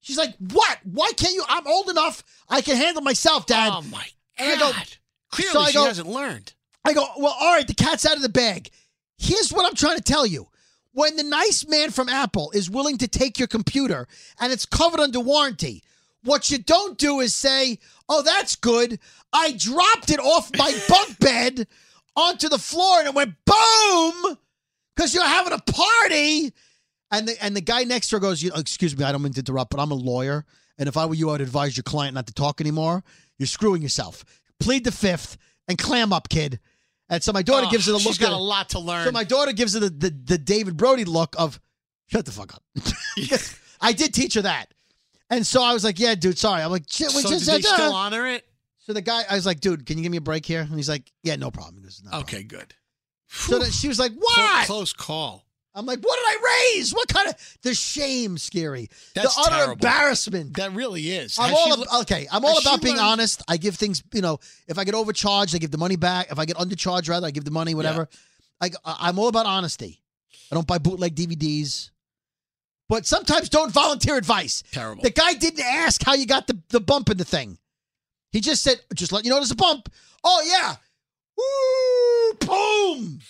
she's like, what? Why can't you? I'm old enough. I can handle myself, Dad.
oh my
and I go-
god. Clearly,
so I
she
go-
hasn't learned.
I go, well, all right, the cat's out of the bag. Here's what I'm trying to tell you. When the nice man from Apple is willing to take your computer and it's covered under warranty, what you don't do is say, oh, that's good. I dropped it off my bunk bed onto the floor and it went boom because you're having a party. And the, and the guy next to her goes, you know, excuse me, I don't mean to interrupt, but I'm a lawyer. And if I were you, I'd advise your client not to talk anymore. You're screwing yourself. Plead the fifth and clam up, kid. And so my daughter
Oh,
gives it a look.
She's got
at-
a lot to learn.
so my daughter gives her the, the, the David Brody look of shut the
[laughs]
fuck up. [laughs] I did teach her that. And so I was like, yeah, dude, sorry. I'm like, shit, we
so did
just
they
said that.
still honor it?
So the guy, I was like, dude, can you give me a break here? And he's like, yeah, no problem. He goes, "No problem."
Okay, good.
So then she was like,
Clo-
why?
Close call.
I'm like, what did I raise? What kind of the shame, scary?
That's
the utter
terrible.
embarrassment.
That really is.
I'm
Has she
all
le-
ab- okay. I'm all
has she
about being
learned-
honest. I give things, you know. If I get overcharged, I give the money back. If I get undercharged, rather, I give the money. Whatever. I, am all about honesty. I don't buy bootleg DVDs. But sometimes don't volunteer advice.
Terrible.
The guy didn't ask how you got the, the bump in the thing. He just said, just let you know there's a bump. Oh yeah. Woo! Boom!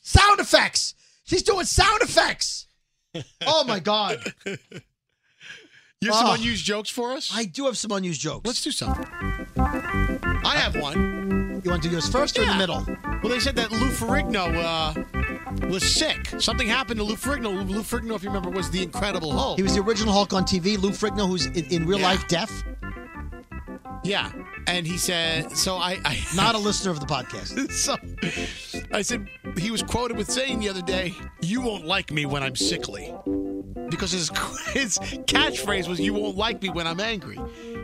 Sound effects. She's doing sound effects. Oh my
[laughs]
god.
you have some
Oh.
unused jokes for us?
I do have some unused jokes.
Let's do something. I have one.
you want to do yours first or in the
Yeah.
middle?
Well, they said that Lou Ferrigno uh, was sick. Something happened to Lou Ferrigno. Lou Ferrigno, if you remember, was the Incredible Hulk.
He was the original Hulk on TV. Lou Frigno, who's in, in real
Yeah.
life deaf,
yeah, and he said, so I, I [laughs]
not a listener of the podcast.
so I said he was quoted with saying the other day, "You won't like me when I'm sickly," because his [laughs] his catchphrase was "You won't like me when I'm angry."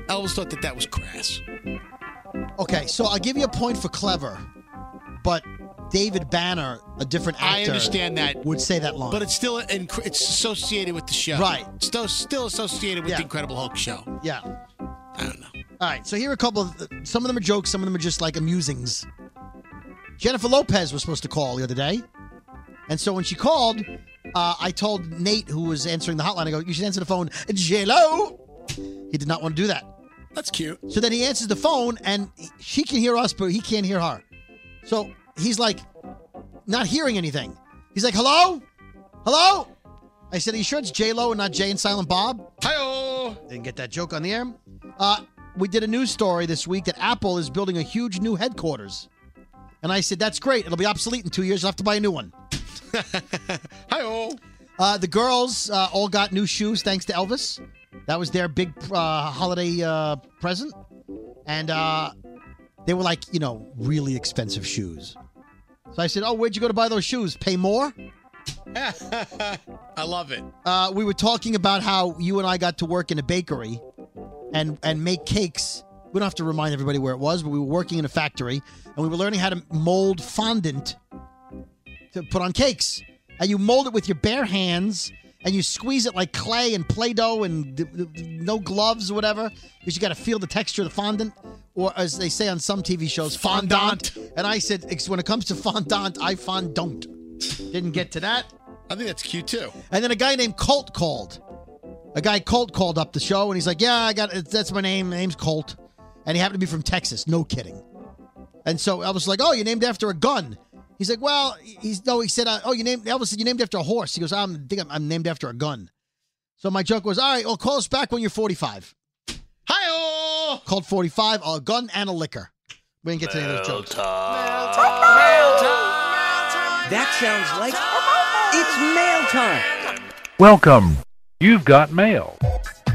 I always thought that that was crass.
Okay, so I'll give you a point for clever, but David Banner, a different actor,
I understand that,
would say that line.
but it's still in, it's associated with the show,
Right.
Still, still associated with
Yeah.
the Incredible Hulk show.
yeah,
I don't know.
All right, so here are a couple of some of them are jokes, some of them are just like amusings. Jennifer Lopez was supposed to call the other day, and so when she called, uh, I told Nate, who was answering the hotline, I go, "You should answer the phone, J Lo." He did not want to do that,
That's cute.
so then he answers the phone, and she can hear us, but he can't hear her. So he's like, not hearing anything. He's like, "Hello, hello." I said, "Are you sure it's J Lo and not Jay and Silent Bob?"
Hi-oh.
Didn't get that joke on the air. Uh, we did a news story this week that Apple is building a huge new headquarters. And I said, that's great. It'll be obsolete in two years. You'll have to buy a new one.
Hi-oh.
Uh, the girls uh, all got new shoes thanks to Elvis. That was their big uh, holiday uh, present. And uh, they were like, you know, really expensive shoes. So I said, oh, where'd you go to buy those shoes? Pay more?
I love it.
uh, we were talking about how you and I got to work in a bakery and and make cakes. We don't have to remind everybody where it was, but we were working in a factory and we were learning how to mold fondant to put on cakes. And you mold it with your bare hands and you squeeze it like clay and Play Doh and th- th- no gloves or whatever because you got to feel the texture of the fondant. Or as they say on some TV shows, fondant. And I said, "Ex- when it comes to fondant, I fondant. Didn't get to that.
I think that's cute too.
And then a guy named Colt called. A guy Colt called up the show, and he's like, "Yeah, I got it. that's my name. My name's Colt," and he happened to be from Texas. No kidding. And so Elvis was like, "Oh, you're named after a gun." He's like, "Well, he's no." He said, uh, "Oh, you named Elvis. said, You named after a horse." He goes, "I'm I think I'm, I'm named after a gun." So my joke was, "All right, well, call us back when you're 45."
Hi-oh.
Called 45, a gun and a liquor. We didn't get to any of those jokes.
That sounds like it's mail time.
Welcome. You've got mail.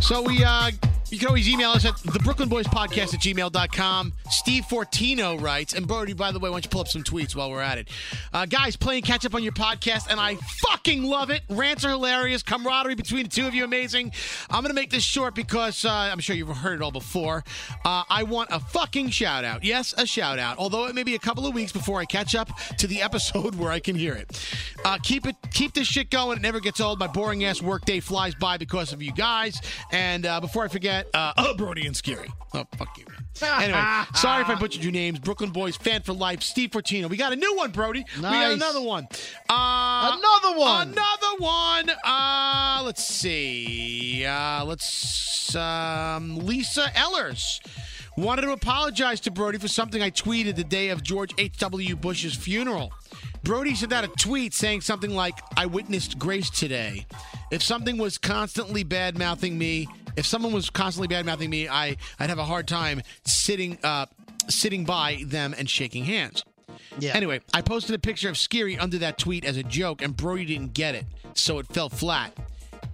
So we uh you can always email us at the Brooklyn Boys Podcast at gmail.com. Steve Fortino writes, and Brody, by the way, why don't you pull up some tweets while we're at it? Uh, guys, playing catch up on your podcast, and I fucking love it. Rants are hilarious. Camaraderie between the two of you, amazing. I'm going to make this short because uh, I'm sure you've heard it all before. Uh, I want a fucking shout out. Yes, a shout out. Although it may be a couple of weeks before I catch up to the episode [laughs] where I can hear it. Uh, keep it, keep this shit going. It never gets old. My boring ass workday flies by because of you guys. And uh, before I forget, uh, oh, Brody and Scary. Oh, fuck you. man.
[laughs]
Anyway, sorry if I butchered your names. Brooklyn Boys, fan for life, Steve Fortino. We got a new one, Brody. We got
Nice.
another one. Uh,
Another one.
Another one. Uh, let's see. Uh, let's um, Lisa Ellers. Wanted to apologize to Brody for something I tweeted the day of George H.W. Bush's funeral. Brody sent out a tweet saying something like, I witnessed grace today. If something was constantly bad mouthing me, if someone was constantly bad mouthing me, I, I'd have a hard time sitting, uh, sitting by them and shaking hands.
Yeah.
Anyway, I posted a picture of Scary under that tweet as a joke, and Brody didn't get it, so it fell flat.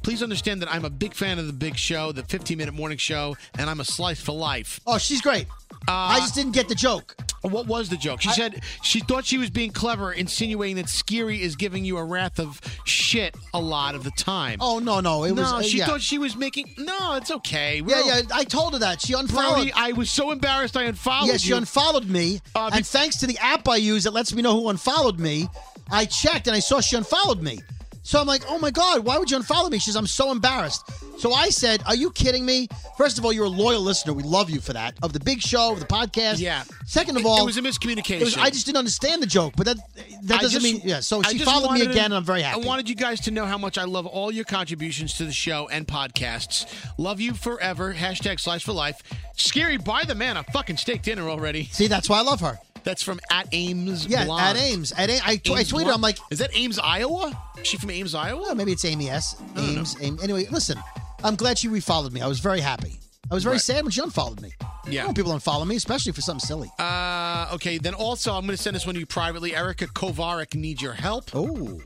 Please understand that I'm a big fan of the Big Show, the 15 minute morning show, and I'm a slice for life.
Oh, she's great.
uh,
I just didn't get the joke.
What was the joke? She said she thought she was being clever, insinuating that Scary is giving you a wrath of shit a lot of the time.
Oh no, no, it was.
no,
uh,
she
yeah.
thought she was making. No, it's okay. We're
yeah,
all-
yeah. I told her that she unfollowed.
Brody, I was so embarrassed I unfollowed
Yes, you
you.
unfollowed me.
Uh, be-
and thanks to the app I use that lets me know who unfollowed me, I checked and I saw she unfollowed me. So I'm like, oh my God, why would you unfollow me? She says, I'm so embarrassed. So I said, Are you kidding me? First of all, you're a loyal listener. We love you for that. Of the big show, of the podcast.
Yeah.
Second of
It-
all,
it was a miscommunication.
it was- I just didn't understand the joke, but that that
I
doesn't
just-
mean yeah. So
I
she
just
followed me
wanted-
again, and I'm very happy.
I wanted you guys to know how much I love all your contributions to the show and podcasts. Love you forever. Hashtag slice for life. Scary by the man. A fucking steak dinner already.
See, that's why I love her.
That's from at Ames.
Yeah, at
Blonde.
Ames. At Ames, I, tw- I
Ames
tweeted,
Blonde.
I'm like,
is that Ames, Iowa? Is she from Ames,
Oh,
Iowa?
maybe it's Amy S. Ames. Amy. Anyway, listen, I'm glad she refollowed me. I was very happy. I was very sad when she unfollowed me.
Yeah.
I don't people unfollow me, especially for something silly.
Uh, okay, then also I'm going to send this one to you privately. Erica Kovarik needs your help.
oh,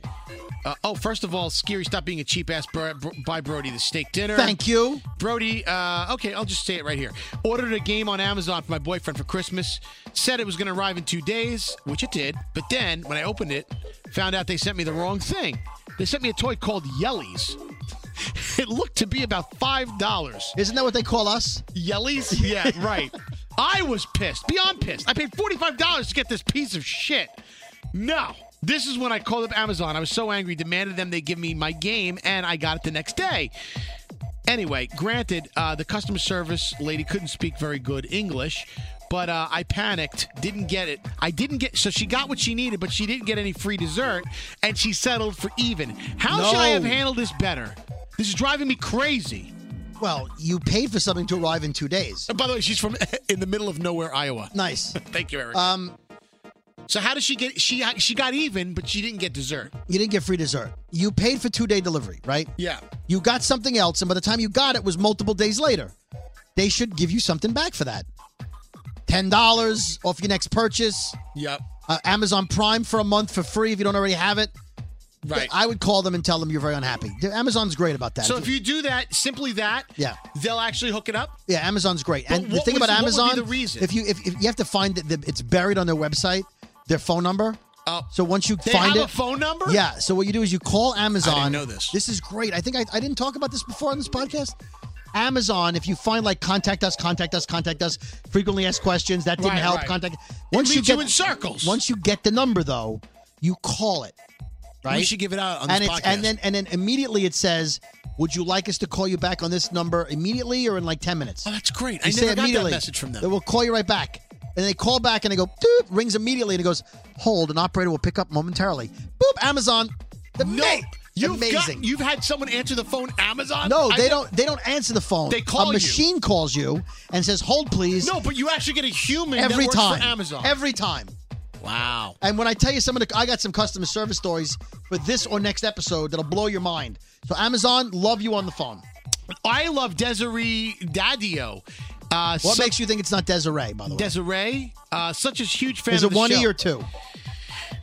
Uh, oh, first of all, Scary, stop being a cheap ass. Bro- bro- buy Brody the steak dinner.
thank you.
Brody, uh, okay, I'll just say it right here. Ordered a game on Amazon for my boyfriend for Christmas. Said it was going to arrive in two days, which it did. But then, when I opened it, found out they sent me the wrong thing. They sent me a toy called Yellies. [laughs] It looked to be about five dollars.
Isn't that what they call us?
Yellies? Yeah, right. I was pissed, beyond pissed. I paid forty-five dollars to get this piece of shit. No, this is when I called up Amazon. I was so angry, demanded them they give me my game, and I got it the next day. Anyway, granted, uh, the customer service lady couldn't speak very good English, but uh, I panicked, didn't get it. I didn't get, so she got what she needed, but she didn't get any free dessert, and she settled for even. How should I have
No.
handled this better? This is driving me crazy.
Well, you paid for something to arrive in two days.
And Uh, by the way, she's from [laughs] in the middle of nowhere, Iowa.
Nice.
Thank you, Eric.
Um,
so how did she get? She she got even, but she didn't get dessert.
you didn't get free dessert. You paid for two day delivery, right?
Yeah.
You got something else, and by the time you got it was multiple days later. They should give you something back for that. Ten dollars off your next purchase.
Yep.
Uh, Amazon Prime for a month for free if you don't already have it.
Right.
I would call them and tell them you're very unhappy. Amazon's great about that.
so if you do that, simply that,
Yeah.
they'll actually hook it up.
Yeah, Amazon's great.
But
and the
what
thing
was-
about
what would be
Amazon,
the reason?
if you if, if you have to find that the, it's buried on their website, their phone number.
Oh.
so once you
They
find
have
it,
a phone number?
Yeah. So what you do is you call Amazon.
know this.
This is great. I think I, I didn't talk about this before on this podcast. Amazon, if you find like contact us, contact us, contact us, frequently asked questions that didn't
Right,
help.
right.
Contact.
leads you in circles.
Once you get the number though, you call it. Right.
We should give it out on
and
this
it's
podcast.
and then and then immediately it says, "Would you like us to call you back on this number immediately or in like ten minutes?"
oh, that's great.
You
I
say
never got that
immediately.
message from
They
them.
will call you right back. And they call back and they go, doop, rings immediately and it goes, hold, an operator will pick up momentarily. Boop, Amazon. The
No, you've got-
amazing.
you've had someone answer the phone, Amazon.
no,
I
they
ne-
don't they don't answer the phone.
They call you.
A machine calls you and says, hold please.
No, but you actually get a human that
every
works
time.
for Amazon.
Every time.
wow.
And when I tell you some of the I got some customer service stories for this or next episode that'll blow your mind. So Amazon, love you on the phone.
I love Desiree Dadio. Uh,
What
such-
makes you think it's not Desiree, by the way?
Desiree, uh, such a huge fan
Is
of
it
the
one
show.
E or two?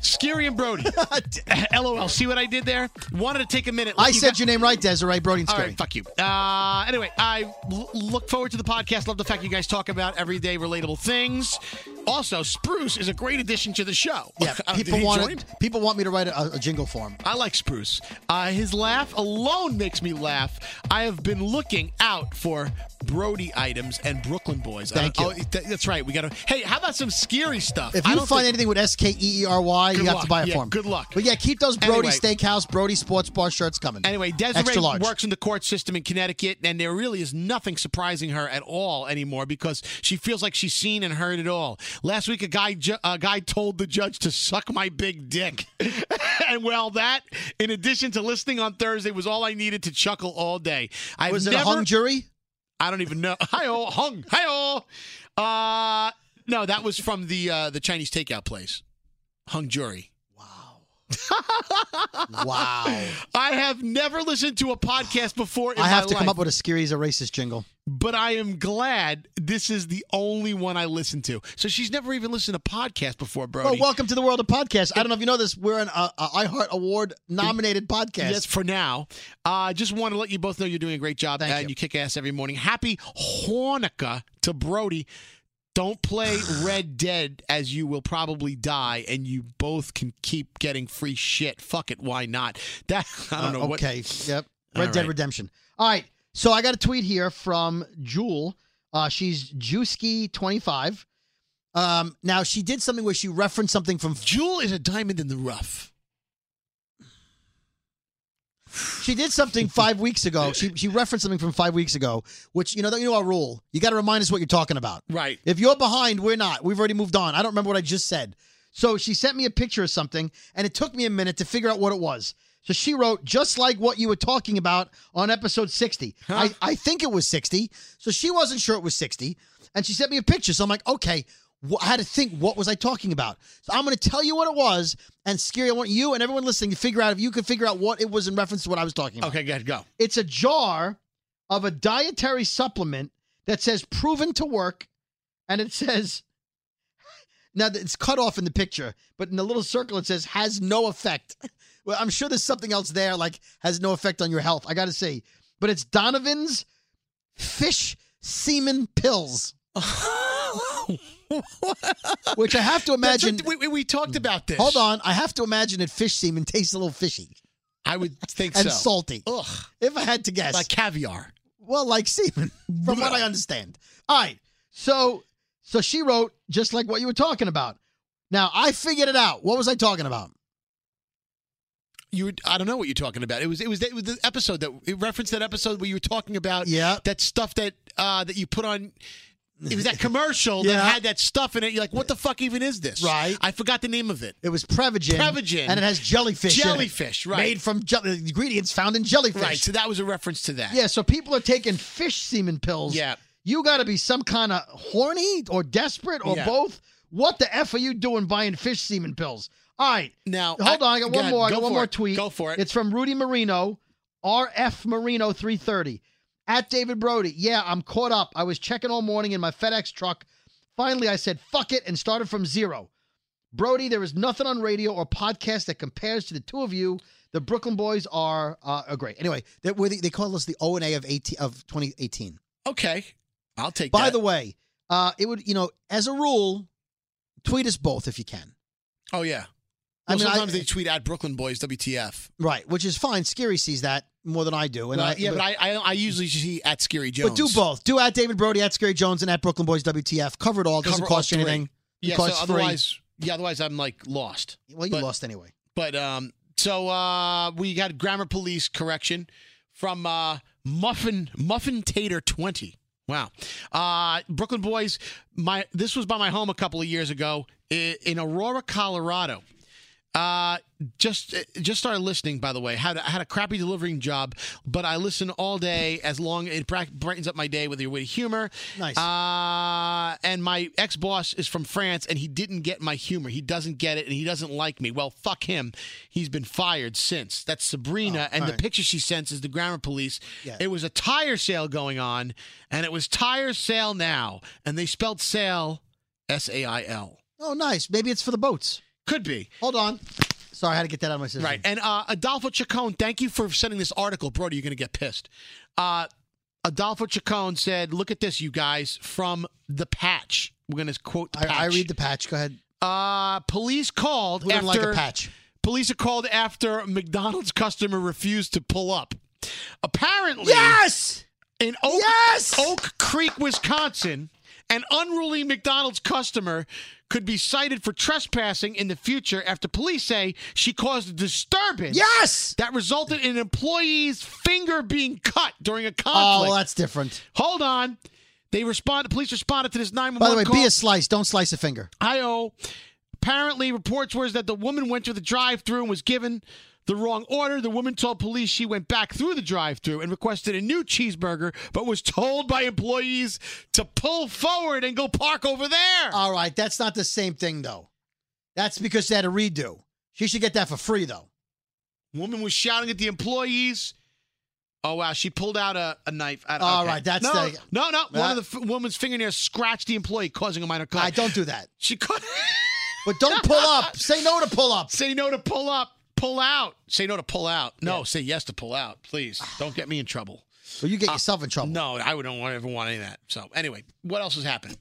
Scary
[laughs]
and Brody. [laughs] LOL. See what I did there? Wanted to take a minute.
I
let you
said
guys-
your name right, Desiree Brody and
All
Scary.
right, fuck you. Uh, anyway, I l- look forward to the podcast. Love the fact you guys talk about everyday relatable things. Also, Spruce is a great addition to the show.
Yeah,
I don't- [laughs] did
people
he
want
join?
it, people want me to write a, a jingle for him.
I like Spruce. Uh, his laugh alone makes me laugh. I have been looking out for Brody items and Brooklyn Boys.
Thank
I-
you.
oh, th- that's right. We got to. Hey, how about some scary stuff?
If
I
you
don't
find
think-
anything with S K E E R Y, you
Good
have
luck.
to buy it
Yeah,
for him.
good luck.
But yeah, keep those Brody
Anyway.
Steakhouse, Brody Sports Bar shirts coming.
Anyway, Desiree
extra large.
works in the court system in Connecticut, and there really is nothing surprising her at all anymore because she feels like she's seen and heard it all. Last week, a guy ju- a guy told the judge to suck my big dick, [laughs] and well, that in addition to listening on Thursday was all I needed to chuckle all day. I
Was it
never,
a hung jury?
I don't even know. [laughs] Hi oh, hung. Hi oh. Uh, no, that was from the uh, the Chinese takeout place, hung jury.
Wow.
[laughs]
I have never listened to a podcast before. In
I have
my
to come
life.
up with a Scary's a racist jingle.
but I am glad this is the only one I listen to. So she's never even listened to podcasts before, Brody.
Well, welcome to the world of podcasts. I don't know if you know this. We're an uh, uh, iHeart Award nominated podcast.
Yes, for now. I uh, just want to let you both know you're doing a great job
Thank
and
you.
you kick ass every morning. Happy Hanukkah to Brody. Don't
[sighs]
play Red Dead as you will probably die, and you both can keep getting free shit. Fuck it, why not? That [laughs] I don't
Uh,
know what.
okay. Yep. Red
All
Dead
right.
Redemption. All right. So I got a tweet here from Jewel. Uh, she's Jewski25. Um, now she did something where she referenced something from
Jewel is a diamond in the rough.
She did something five weeks ago. She she referenced something from five weeks ago, which you know you know our rule. You got to remind us what you're talking about.
Right.
If you're behind, we're not. We've already moved on. I don't remember what I just said. So she sent me a picture of something, and it took me a minute to figure out what it was. So she wrote, just like what you were talking about on episode 60. I, I think it was 60. So she wasn't sure it was 60. And she sent me a picture. So I'm like, okay, wh- I had to think, what was I talking about? So I'm going to tell you what it was. And Scary, I want you and everyone listening to figure out if you could figure out what it was in reference to what I was talking about.
Okay, good. Go.
It's a jar of a dietary supplement that says proven to work, and it says now that it's cut off in the picture, but in the little circle it says has no effect. Well, I'm sure there's something else there like has no effect on your health. I got to say, but it's Donovan's fish semen
[laughs]
pills, which I have to
That's
imagine. Mm.
what- we, we, we talked about this.
Hold on, I have to imagine that fish semen tastes a little fishy
I would think
and
so.
salty.
Ugh,
If I had to guess,
like caviar.
Well, like [laughs] semen, from what I understand. All right. So so she wrote just like what you were talking about. Now I figured it out. What was I talking about?
you were, I don't know what you're talking about. It was it was, it was the episode that it referenced that episode where you were talking about
Yeah.
that stuff that uh, that you put on. It
[laughs]
was that commercial
Yeah.
that had that stuff in it. You're like, what the fuck even is this?
Right.
I forgot the name of it.
It was Prevagen.
Prevagen.
And it has jellyfish. in it.
Jellyfish, right.
Made from je- the ingredients found in jellyfish.
Right. So that was a reference to that.
yeah, so people are taking fish semen pills.
Yeah.
You got to be some kind of horny or desperate or
Yeah.
both. What the F are you doing buying fish semen pills? All right.
Now
Hold on, I got one
ahead,
more. I
go
got one
for
more
it.
tweet.
Go for it.
It's from Rudy Marino, RF Marino 330. At David Brody. Yeah, I'm caught up. I was checking all morning in my FedEx truck. Finally, I said, fuck it, and started from zero. Brody, there is nothing on radio or podcast that compares to the two of you. The Brooklyn Boys are, uh, are great. Anyway, they, we're the, they call us the O and A of 18, of 2018.
okay. I'll take.
By
that.
the way, uh, it would you know as a rule, tweet us both if you can.
oh yeah.
I
Well,
mean, I-
sometimes they tweet at Brooklyn Boys WTF.
Right, which is fine. Scary sees that more than I do, and
Well,
I
yeah, but, I, I I usually see at Scary Jones.
But do both. Do at David Brody, at Scary Jones, and at Brooklyn Boys WTF. Cover it all. It doesn't
Cover all
cost you
three.
anything. It
Yeah, so
costs free.
otherwise, yeah, otherwise I'm like lost.
Well, you
but-
lost anyway.
But um, so uh, we got grammar police correction from uh, Muffin Muffin Tater twenty. Wow, uh, Brooklyn boys. My this was by my home a couple of years ago i- in Aurora, Colorado. Uh, just just started listening. By the way, had a- had a crappy delivering job, but I listen all day as long it bra- brightens up my day with your witty humor.
Nice.
Uh, and my ex boss is from France, and he didn't get my humor. He doesn't get it, and he doesn't like me. Well, fuck him. He's been fired since. That's Sabrina, and the
alright.
picture she sends is the grammar police.
Oh, Yeah.
It was a tire sale going on, and it was tire sale now, and they spelled sale, S A I L.
Oh, nice. Maybe it's for the boats.
Could be.
Hold on. Sorry, I had to get that out of my system.
Right. And uh, Adolfo Chacon, thank you for sending this article. Brody, you're going to get pissed. Uh, Adolfo Chacon said, Look at this, you guys, from The Patch. We're going to quote the patch.
I, I read the patch. Go ahead.
Uh, police called
Who
after
didn't like a patch?
police are called after McDonald's customer refused to pull up. Apparently,
Yes.
in Oak,
Yes!
Oak Creek, Wisconsin, an unruly McDonald's customer could be cited for trespassing in the future after police say she caused a disturbance
Yes.
that resulted in an employee's finger being cut during a
Oh,
conflict.
well, that's different.
Hold on. They respond. Police responded to this
By the
911
way,
call.
be a slice. Don't slice a finger.
IO. Apparently, reports were that the woman went to the drive through and was given the wrong order. The woman told police she went back through the drive through and requested a new cheeseburger, but was told by employees to pull forward and go park over there.
All right, that's not the same thing though. That's because they had a redo. She should get that for free though.
woman was shouting at the employees. Oh wow, she pulled out a, a knife. I,
All
okay.
right, that's
no,
the-
no, no. One
That-
of the f- woman's fingernails scratched the employee, causing a minor cut.
I don't do that.
She cut.
But don't pull up. Say no to pull up.
[laughs] Say no to pull up, pull out. Say no to pull out. No, say yes to pull
[sighs]
out. Please don't get me in trouble.
Or you get yourself in trouble.
No, I would don't want- ever want any of that. So anyway, what else has happened?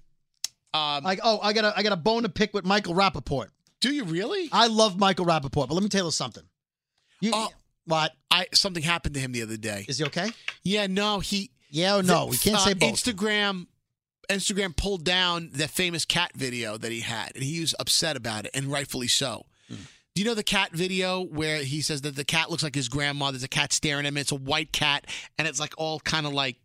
Um,
Like, oh, I got a I got a bone to pick with Michael Rappaport.
do you really?
I love Michael Rappaport, but let me tell you something. You,
Oh.
what?
I something happened to him the other day.
Is he okay?
Yeah, no, he
Yeah or Oh, no? We can't
uh,
say both.
Instagram Instagram pulled down that famous cat video that he had, and he was upset about it, and rightfully so.
Hmm.
Do you know the cat video where he says that the cat looks like his grandma? There's a cat staring at him. It's a white cat, and it's like all kind of like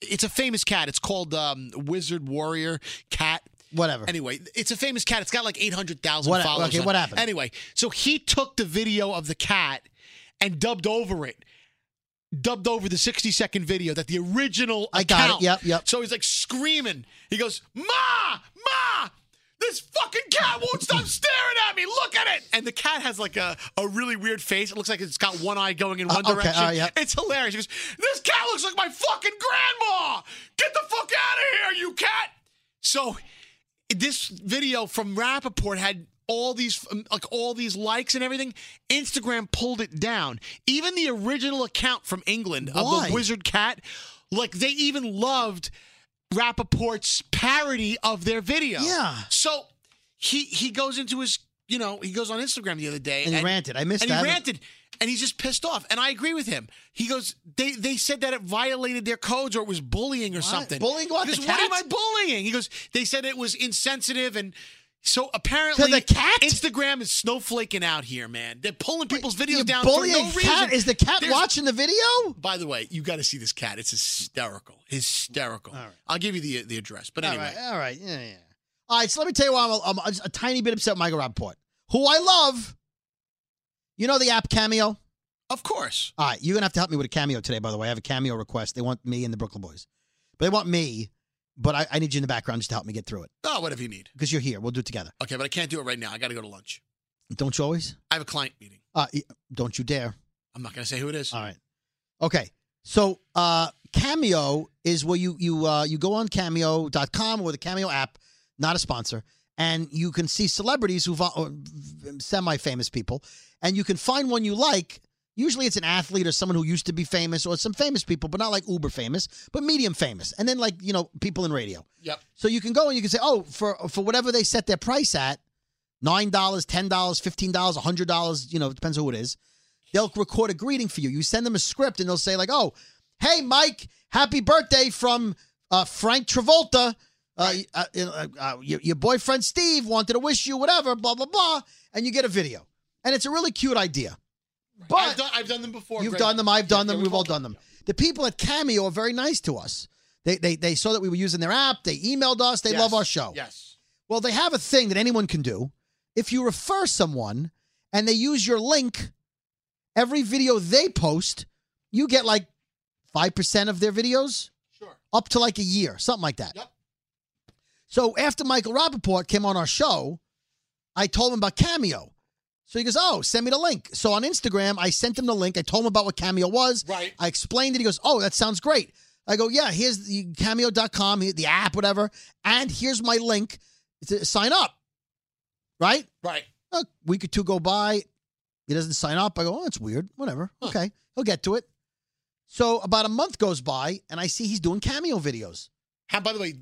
it's a famous cat. It's called um, Wizard Warrior Cat.
Whatever.
Anyway, it's a famous cat. It's got like 800,000
What-
followers.
okay,
on-
what happened?
Anyway, so he took the video of the cat and dubbed over it. Dubbed over the 60 second video that the original
I got it.
account-
Yep, yep.
So he's like screaming. He goes, "Ma, ma, this fucking cat won't
[laughs]
stop staring at me. Look at it!" And the cat has like a, a really weird face. It looks like it's got one eye going in one
Uh, okay,
direction.
all right, yep.
It's hilarious. He goes, "This cat looks like my fucking grandma. Get the fuck out of here, you cat!" So this video from Rappaport had all these um, like all these likes and everything. Instagram pulled it down. Even the original account from England of
Why?
the Wizard Cat, like they even loved Rappaport's parody of their video.
Yeah.
So he he goes into his you know he goes on Instagram the other day
And he ranted. I missed
and
that.
he ranted. And he's just pissed off. And I agree with him. He goes, they they said that it violated their codes or it was bullying or something.
Bullying what?
He goes,
The
what am
cat?"
I bullying? He goes, they said it was insensitive and So apparently,
To the cat?
Instagram is snowflaking out here, man. They're pulling people's videos
You
down for
bullying
no
cat?
reason.
Is the cat
There's-
watching the video?
By the way, you got to see this cat. It's hysterical, hysterical.
All right.
I'll give you the the address, but anyway,
All right, all right, yeah, yeah. All right, so let me tell you why I'm, a- I'm a- a tiny bit upset with Michael Rapport, who I love. You know the app Cameo?
of course,
All right, you're gonna have to help me with a cameo today. By the way, I have a cameo request. They want me and the Brooklyn Boys, but they want me. But I, I need you in the background just to help me get through it
oh, whatever you need.
because you're here. We'll do it together.
Okay, but I can't do it right now. I got to go to lunch.
Don't you always?
I have a client meeting.
Uh, y- don't you dare.
I'm not going to say who it is.
All right. Okay. So uh, Cameo is where you you uh, you go on Cameo.com or the Cameo app, not a sponsor, and you can see celebrities who or semi-famous people, and you can find one you like. Usually, it's an athlete or someone who used to be famous, or some famous people, but not like uber famous, but medium famous, and then like you know people in radio.
Yep.
So you can go and you can say, oh, for for whatever they set their price at, nine dollars, ten dollars, fifteen dollars, hundred dollars, you know, depends on who it is. They'll record a greeting for you. You send them a script and they'll say like, oh, hey Mike, happy birthday from uh, Frank Travolta. Uh, uh, uh, uh, your, your boyfriend Steve wanted to wish you whatever, blah blah blah, and you get a video, and it's a really cute idea. But
I've done, I've done them before.
You've
Greg.
done them. I've
Yeah,
done
yeah,
them. We've all done them. The people at Cameo are very nice to us. They, they they saw that we were using their app. They emailed us. They
Yes,
love our show.
Yes.
Well, they have a thing that anyone can do. If you refer someone and they use your link, every video they post, you get like five percent of their videos
Sure.
up to like a year, something like that.
Yep.
So after Michael Rappaport came on our show, I told him about Cameo. So he goes, Oh, send me the link. So on Instagram, I sent him the link. I told him about what Cameo was.
Right.
I explained it. He goes, Oh, that sounds great. I go, Yeah, here's the cameo.com, here- the app, whatever. And here's my link to sign up. Right?
Right.
A week or two go by. He doesn't sign up. I go, Oh, that's weird. Whatever.
Huh.
Okay. He'll get to it. So about a month goes by, and I see he's doing Cameo videos.
How? By the way,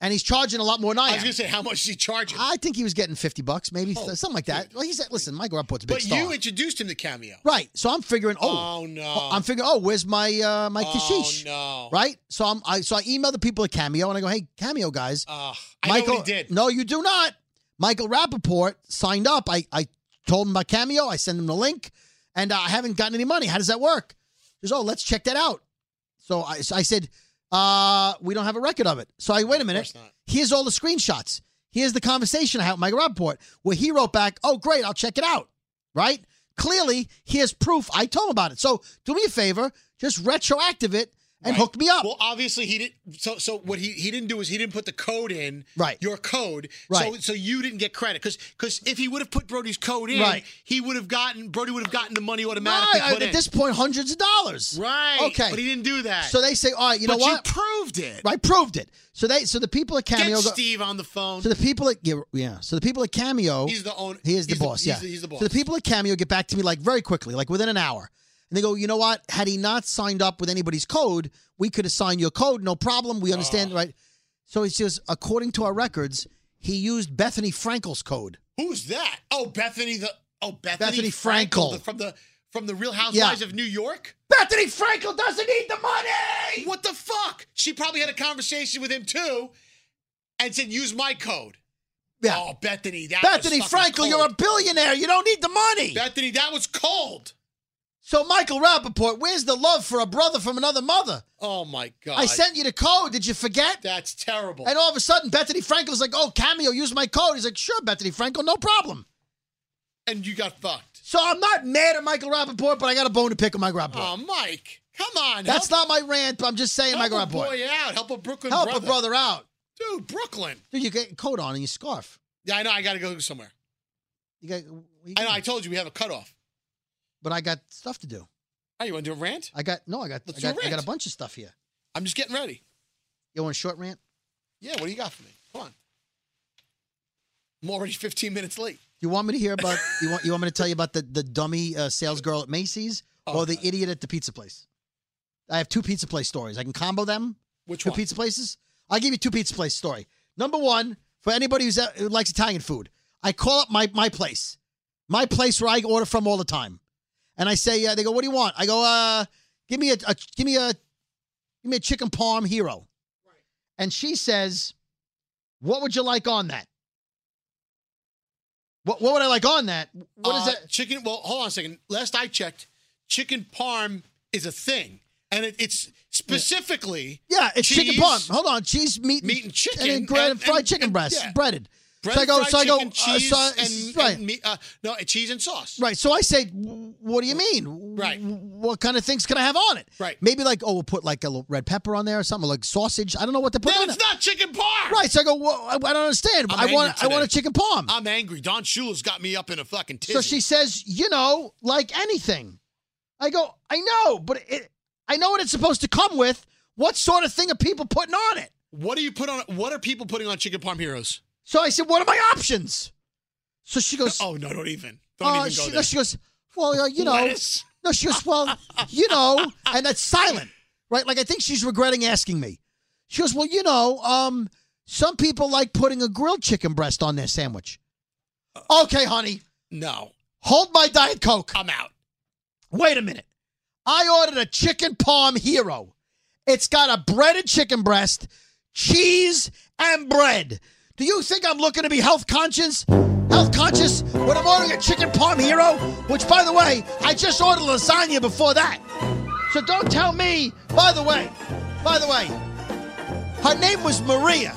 And he's charging a lot more than I,
I
am.
was going to say how much did he charge him?
I think he was getting 50 bucks, maybe
Oh,
something like that.
good.
Well, he said, listen, Michael Rapport's a big
but
star.
you introduced him to Cameo.
right. So I'm figuring, oh,
Oh, no.
I'm figuring, oh, where's my uh, my
Oh
kashish?
no.
Right? So I'm I so I email the people at Cameo and I go, hey, Cameo guys.
Ugh, Uh, I
Michael
know what he did.
No, you do not. Michael Rappaport signed up. I, I told him about Cameo. I sent him the link, and I haven't gotten any money. How does that work? He goes, oh, let's check that out. So I, so I said, uh, we don't have a record of it. So I wait a minute.
course not.
Here's all the screenshots. Here's the conversation I had with Michael Rappaport, where he wrote back, oh, great, I'll check it out. Right? Clearly, here's proof I told him about it. So do me a favor, just retroactive it and
Right.
hook me up.
Well, obviously he didn't. So, so what he, he didn't do is he didn't put the code in.
Right.
Your code. So,
Right.
so you didn't get credit because because if he would have put Brody's code in,
Right.
he would have gotten Brody would have gotten the money automatically.
right,
put
at
in.
this point, hundreds of dollars.
Right.
Okay.
But he didn't do that.
So they say, all right, you know
But
what?
You proved it.
I proved it. So they, so the people at
Get
Cameo, go,
Steve on the phone.
so the people at yeah, yeah, so the people at Cameo,
he's the owner.
he is the boss. yeah,
He's, the- he's the boss.
So the people at Cameo get back to me like very quickly, like within an hour, and they go, you know what? Had he not signed up with anybody's code, we could assign your code, no problem. We understand, right? So it's just according to our records, he used Bethany Frankel's code.
Who's that? Oh, Bethany the. Oh, Bethany,
Bethany
Frankel,
Frankel.
the- from the from the Real Housewives of New York.
Bethany Frankel doesn't need the money.
What the fuck? She probably had a conversation with him too, and said, "Use my code."
Yeah.
Oh, Bethany, that
Bethany
was fucking
Frankel,
cold.
you're a billionaire. You don't need the money.
Bethany. That was cold.
so Michael Rappaport, where's the love for a brother from another mother?
Oh my god.
I sent you the code. Did you forget?
That's terrible.
And all of a sudden, Bethany Frankel's like, oh, Cameo, use my code. He's like, sure, Bethany Frankel, no problem.
and you got fucked.
So I'm not mad at Michael Rappaport, but I got a bone to pick with Michael Rappaport.
Oh, Mike, come on.
That's
help,
not my rant, but I'm just saying,
help
Michael
a
Rappaport.
boy out. Help a Brooklyn
Help
brother.
a brother out.
dude. Brooklyn.
Dude, you get a coat on and your scarf.
Yeah, I know. I got to go somewhere.
You got, what you
I know.
got?
I told you we have a cutoff.
but I got stuff to do.
Oh, you want to do a rant?
I got, no, I got, I
Let's
got,
do a
I got
rant.
a bunch of stuff here.
I'm just getting ready.
You want a short rant?
Yeah, what do you got for me? Come on. I'm already 15 minutes late.
You want me to hear about, you want, you want me to tell you about the, the dummy uh, sales girl at Macy's or the idiot at the pizza place? I have two pizza place stories. I can combo them.
Which
two
one?
pizza places. I'll give you two pizza place story. Number one, for anybody who's, uh, who likes Italian food, I call up my my place, my place where I order from all the time, and I say, uh, they go, what do you want? I go, uh, give me a, a give me a give me a chicken parm hero, and she says, what would you like on that? What, what would I like on that? What is
Uh,
that?
Chicken. Well, hold on a second. Last I checked, chicken parm is a thing, and it, it's specifically
Yeah, it's chicken
cheese,
parm. Hold on, cheese, meat,
meat and chicken,
and then gra-
and-
fried
and-
chicken
and-
breasts,
yeah.
breaded.
bread,
so I go,
fried
so I go,
chicken,
uh,
cheese,
so I-
and,
right,
and meat, uh, no, cheese and sauce.
right. So I say, "W- what do you mean?
Right.
W- What kind of things can I have on it?
Right.
Maybe like, oh, we'll put like a little red pepper on there or something, or like sausage. I don't know what to put
No,
on
it's
it.
not chicken parm.
Right. So I go, well, I, I don't understand.
I'm
i want,
angry
I want a
today.
chicken parm.
I'm angry. Don Shula's got me up in a fucking tizzy.
So she says, you know, like anything. I go, I know, but it, I know what it's supposed to come with. What sort of thing are people putting on it?
what do you put on? What are people putting on chicken parm heroes?
So I said, what are my options? So she goes,
Oh no, don't even. Don't
uh,
even go
she, no,
there.
she goes, well, uh, you know,
Lettuce?
no, she goes, well, you know, and that's silent, right? Like I think she's regretting asking me. She goes, well, you know, um, some people like putting a grilled chicken breast on their sandwich. Okay, honey,
Uh, no,
hold my diet coke.
I'm out.
Wait a minute. I ordered a chicken palm hero. It's got a breaded chicken breast, cheese, and bread. Do you think I'm looking to be health conscious? Health conscious when I'm ordering a chicken palm hero? Which, by the way, I just ordered lasagna before that. So don't tell me. By the way, by the way, her name was Maria.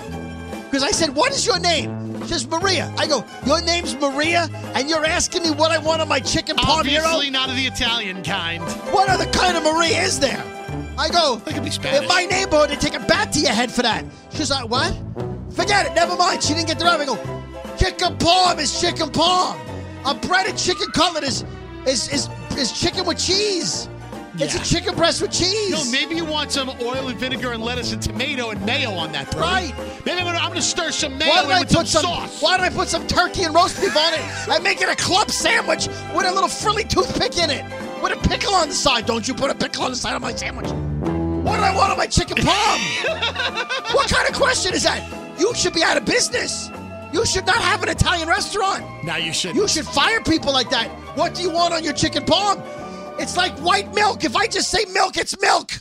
Because I said, What is your name? She says, Maria. I go, Your name's Maria, and you're asking me what I want on my chicken palm hero?
Obviously not of the Italian kind.
What other kind of Maria is there? I go,
They could be Spanish.
in my neighborhood, they take a bat to your head for that. She's like, what? Forget it, never mind. She didn't get the job. I go, chicken palm is chicken palm. A breaded chicken cutlet is is is, is chicken with cheese. It's
Yeah.
a chicken breast with cheese.
No, maybe you want some oil and vinegar and lettuce and tomato and mayo on that. Brother.
Right.
Maybe I'm gonna, I'm gonna stir some mayo
Why
in
did I
with
put some?
some, sauce.
Why did I put some turkey and roast beef
[laughs]
on it? I make it a club sandwich with a little frilly toothpick in it, with a pickle on the side. Don't you put a pickle on the side of my sandwich? What do I want on my chicken
[laughs]
palm? what kind of question is that? You should be out of business. You should not have an Italian restaurant.
Now you should.
You should fire people like that. What do you want on your chicken palm? It's like white milk. If I just say milk, it's milk.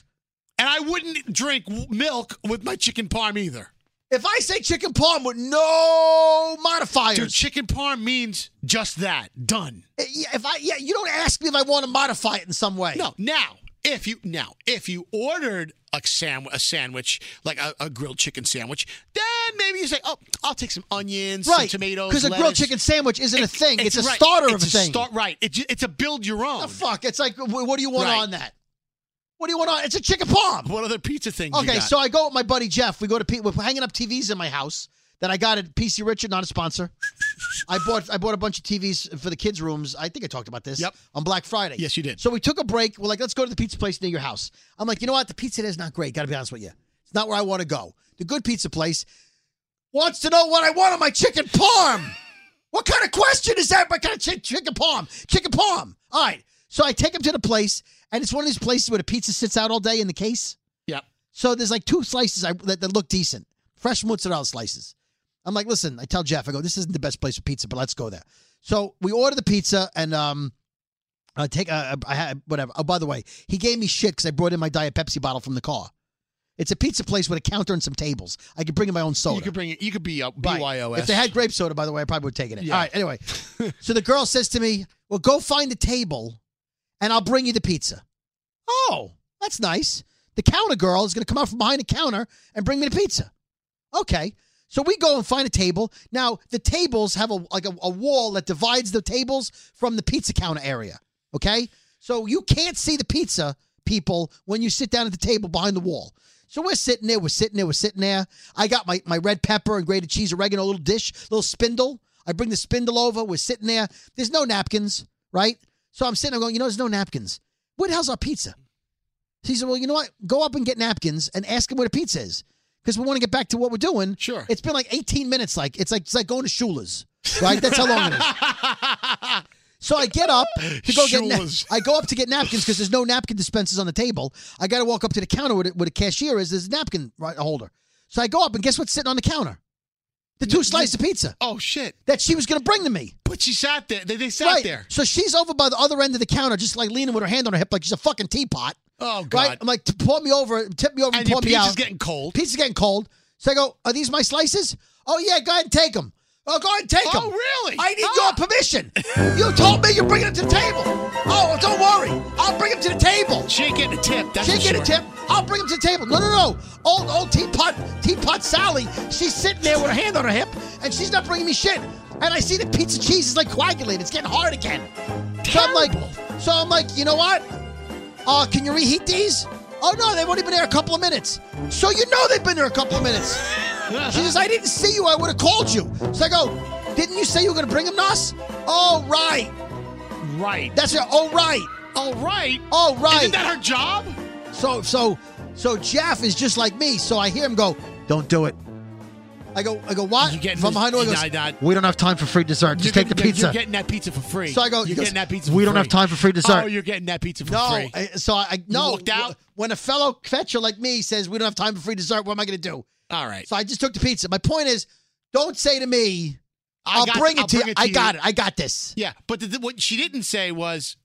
and I wouldn't drink w- milk with my chicken parm either.
If I say chicken palm with no modifiers,
Dude, chicken parm means just that. Done.
Uh, yeah, if I yeah, you don't ask me if I want to modify it in some way.
No. Now, if you now if you ordered a sandwich, a sandwich like a, a grilled chicken sandwich, then maybe you say, "Oh, I'll take some onions, some
right?
tomatoes,
because a grilled
lettuce.
chicken sandwich isn't a thing. It's, a
right.
starter of
It's
a, thing.
Start, right. It, ju- it's a build your own.
the fuck? It's like, wh- what do you want
Right.
on that? What do you want on? It's a chicken palm.
What other pizza things? you
Okay,
got?
so I go with my buddy Jeff. We go to P- we're hanging up TVs in my house that I got at PC Richard, not a
[laughs]
sponsor. I bought I bought a bunch of TVs for the kids' rooms. I think I talked about this.
Yep.
On Black Friday.
Yes, you did.
So we took a break. We're like, let's go to the pizza place near your house. I'm like, you know what? The pizza there is not great. Got to be honest with you. It's not where I want to go. The good pizza place wants to know what I want on my chicken parm. What kind of question is that? What kind of chi- chicken palm? Chicken palm. All right. So I take him to the place, and it's one of these places where the pizza sits out all day in the case.
Yep.
So there's like two slices I, that, that look decent, fresh mozzarella slices. I'm like, listen, I tell Jeff, I go, this isn't the best place for pizza, but let's go there. So we order the pizza and um, I take uh, I had whatever. Oh, by the way, he gave me shit because I brought in my diet Pepsi bottle from the car. It's a pizza place with a counter and some tables. I could bring in my own soda.
you could bring it. You could be a
Right.
BYOS.
If they had grape soda, by the way, I probably would have taken it.
Yeah.
All right, anyway. so the girl says to me, Well, go find a table and I'll bring you the pizza. Oh, that's nice. The counter girl is going to come out from behind the counter and bring me the pizza. Okay. So we go and find a table. Now, the tables have a like a, a wall that divides the tables from the pizza counter area. Okay? So you can't see the pizza people when you sit down at the table behind the wall. So we're sitting there, we're sitting there, we're sitting there. I got my, my red pepper and grated cheese, oregano, little dish, little spindle. I bring the spindle over, we're sitting there. There's no napkins, right? So I'm sitting there going, you know, there's no napkins. Where the hell's our pizza? So he said, well, you know what? Go up and get napkins and ask him where the pizza is. Because we want to get back to what we're doing.
Sure.
It's been like 18 minutes. Like it's like it's like going to Shula's. Right? That's how long it is.
[laughs]
So I get up to go get na-
Shula's.
I go up to get napkins because there's no napkin dispensers on the table. I got to walk up to the counter where the, where the cashier is. There's a napkin right- holder. So I go up and guess what's sitting on the counter? The two slices of pizza
[laughs] oh shit!
that she was going to bring to me.
But she sat there. They, they sat there.
So she's over by the other end of the counter, just like leaning with her hand on her hip, like she's a fucking teapot.
Oh
Right?
god!
I'm like, pour me over, tip me over,
and
pour
your
me
pizza's
out.
getting cold.
Pizza's getting cold. So I go, are these my slices? Oh yeah, go ahead and take them. Oh, go ahead and take
Oh,
them.
really? Ah.
I need your permission. you told me you're bringing them to the table. Oh, don't worry. I'll bring them to the table.
She ain't getting a tip. That's
She get
for
a
sure.
tip. I'll bring him to the table. No, no, no. Old old teapot teapot Sally. She's sitting there with her hand on her hip, and she's not bringing me shit. And I see the pizza cheese is like coagulated. It's getting hard again. So I'm like, so I'm like, you know what? Uh, can you reheat these? Oh no, they've only been there a couple of minutes. So you know they've been there a couple of minutes. she says, I didn't see you. I would have called you. So I go, didn't you say you were gonna bring them, Nas? Oh right.
Right.
That's it. Oh right.
All right.
Oh right.
Isn't that her job?
So so so Jeff is just like me. So I hear him go, "Don't do it." I go, I go, what?
You getting
From
this-
behind the door, he
nah,
goes,
nah.
we don't have time for free dessert.
You're
Just take the
getting-
pizza.
You're getting that pizza for free.
So I go, he
You're
goes,
getting that pizza. For
"We don't
free."
have time for free dessert.
Oh, you're getting that pizza for
no,
free.
I, so I no.
walked out?
When a fellow fetcher like me says we don't have time for free dessert, what am I going to do?
All right.
So I just took the pizza. My point is, don't say to me,
I
"I'll
got-
bring it
I'll
to
bring
you."
it to
I
you.
got it. I got this.
Yeah, but the, what she didn't say was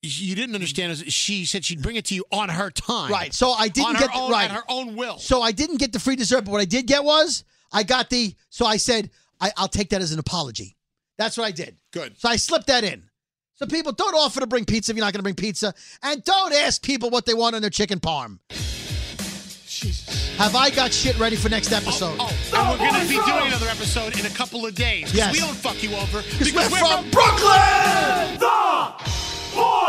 you didn't understand. is She said she'd bring it to you on her time.
Right. So I didn't
on
get
her
the-
own,
right.
at her own will.
So I didn't get the free dessert, but what I did get was I got the. So I said I, I'll take that as an apology. That's what I did.
Good.
So I slipped that in. So people don't offer to bring pizza if you're not going to bring pizza, and don't ask people what they want on their chicken parm.
Jesus.
Have I got shit ready for next episode?
Oh, and we're gonna be doing another episode in a couple of days. 'cause
Yes.
We don't fuck you over
Because we're, from,
from
Brooklyn.
The boy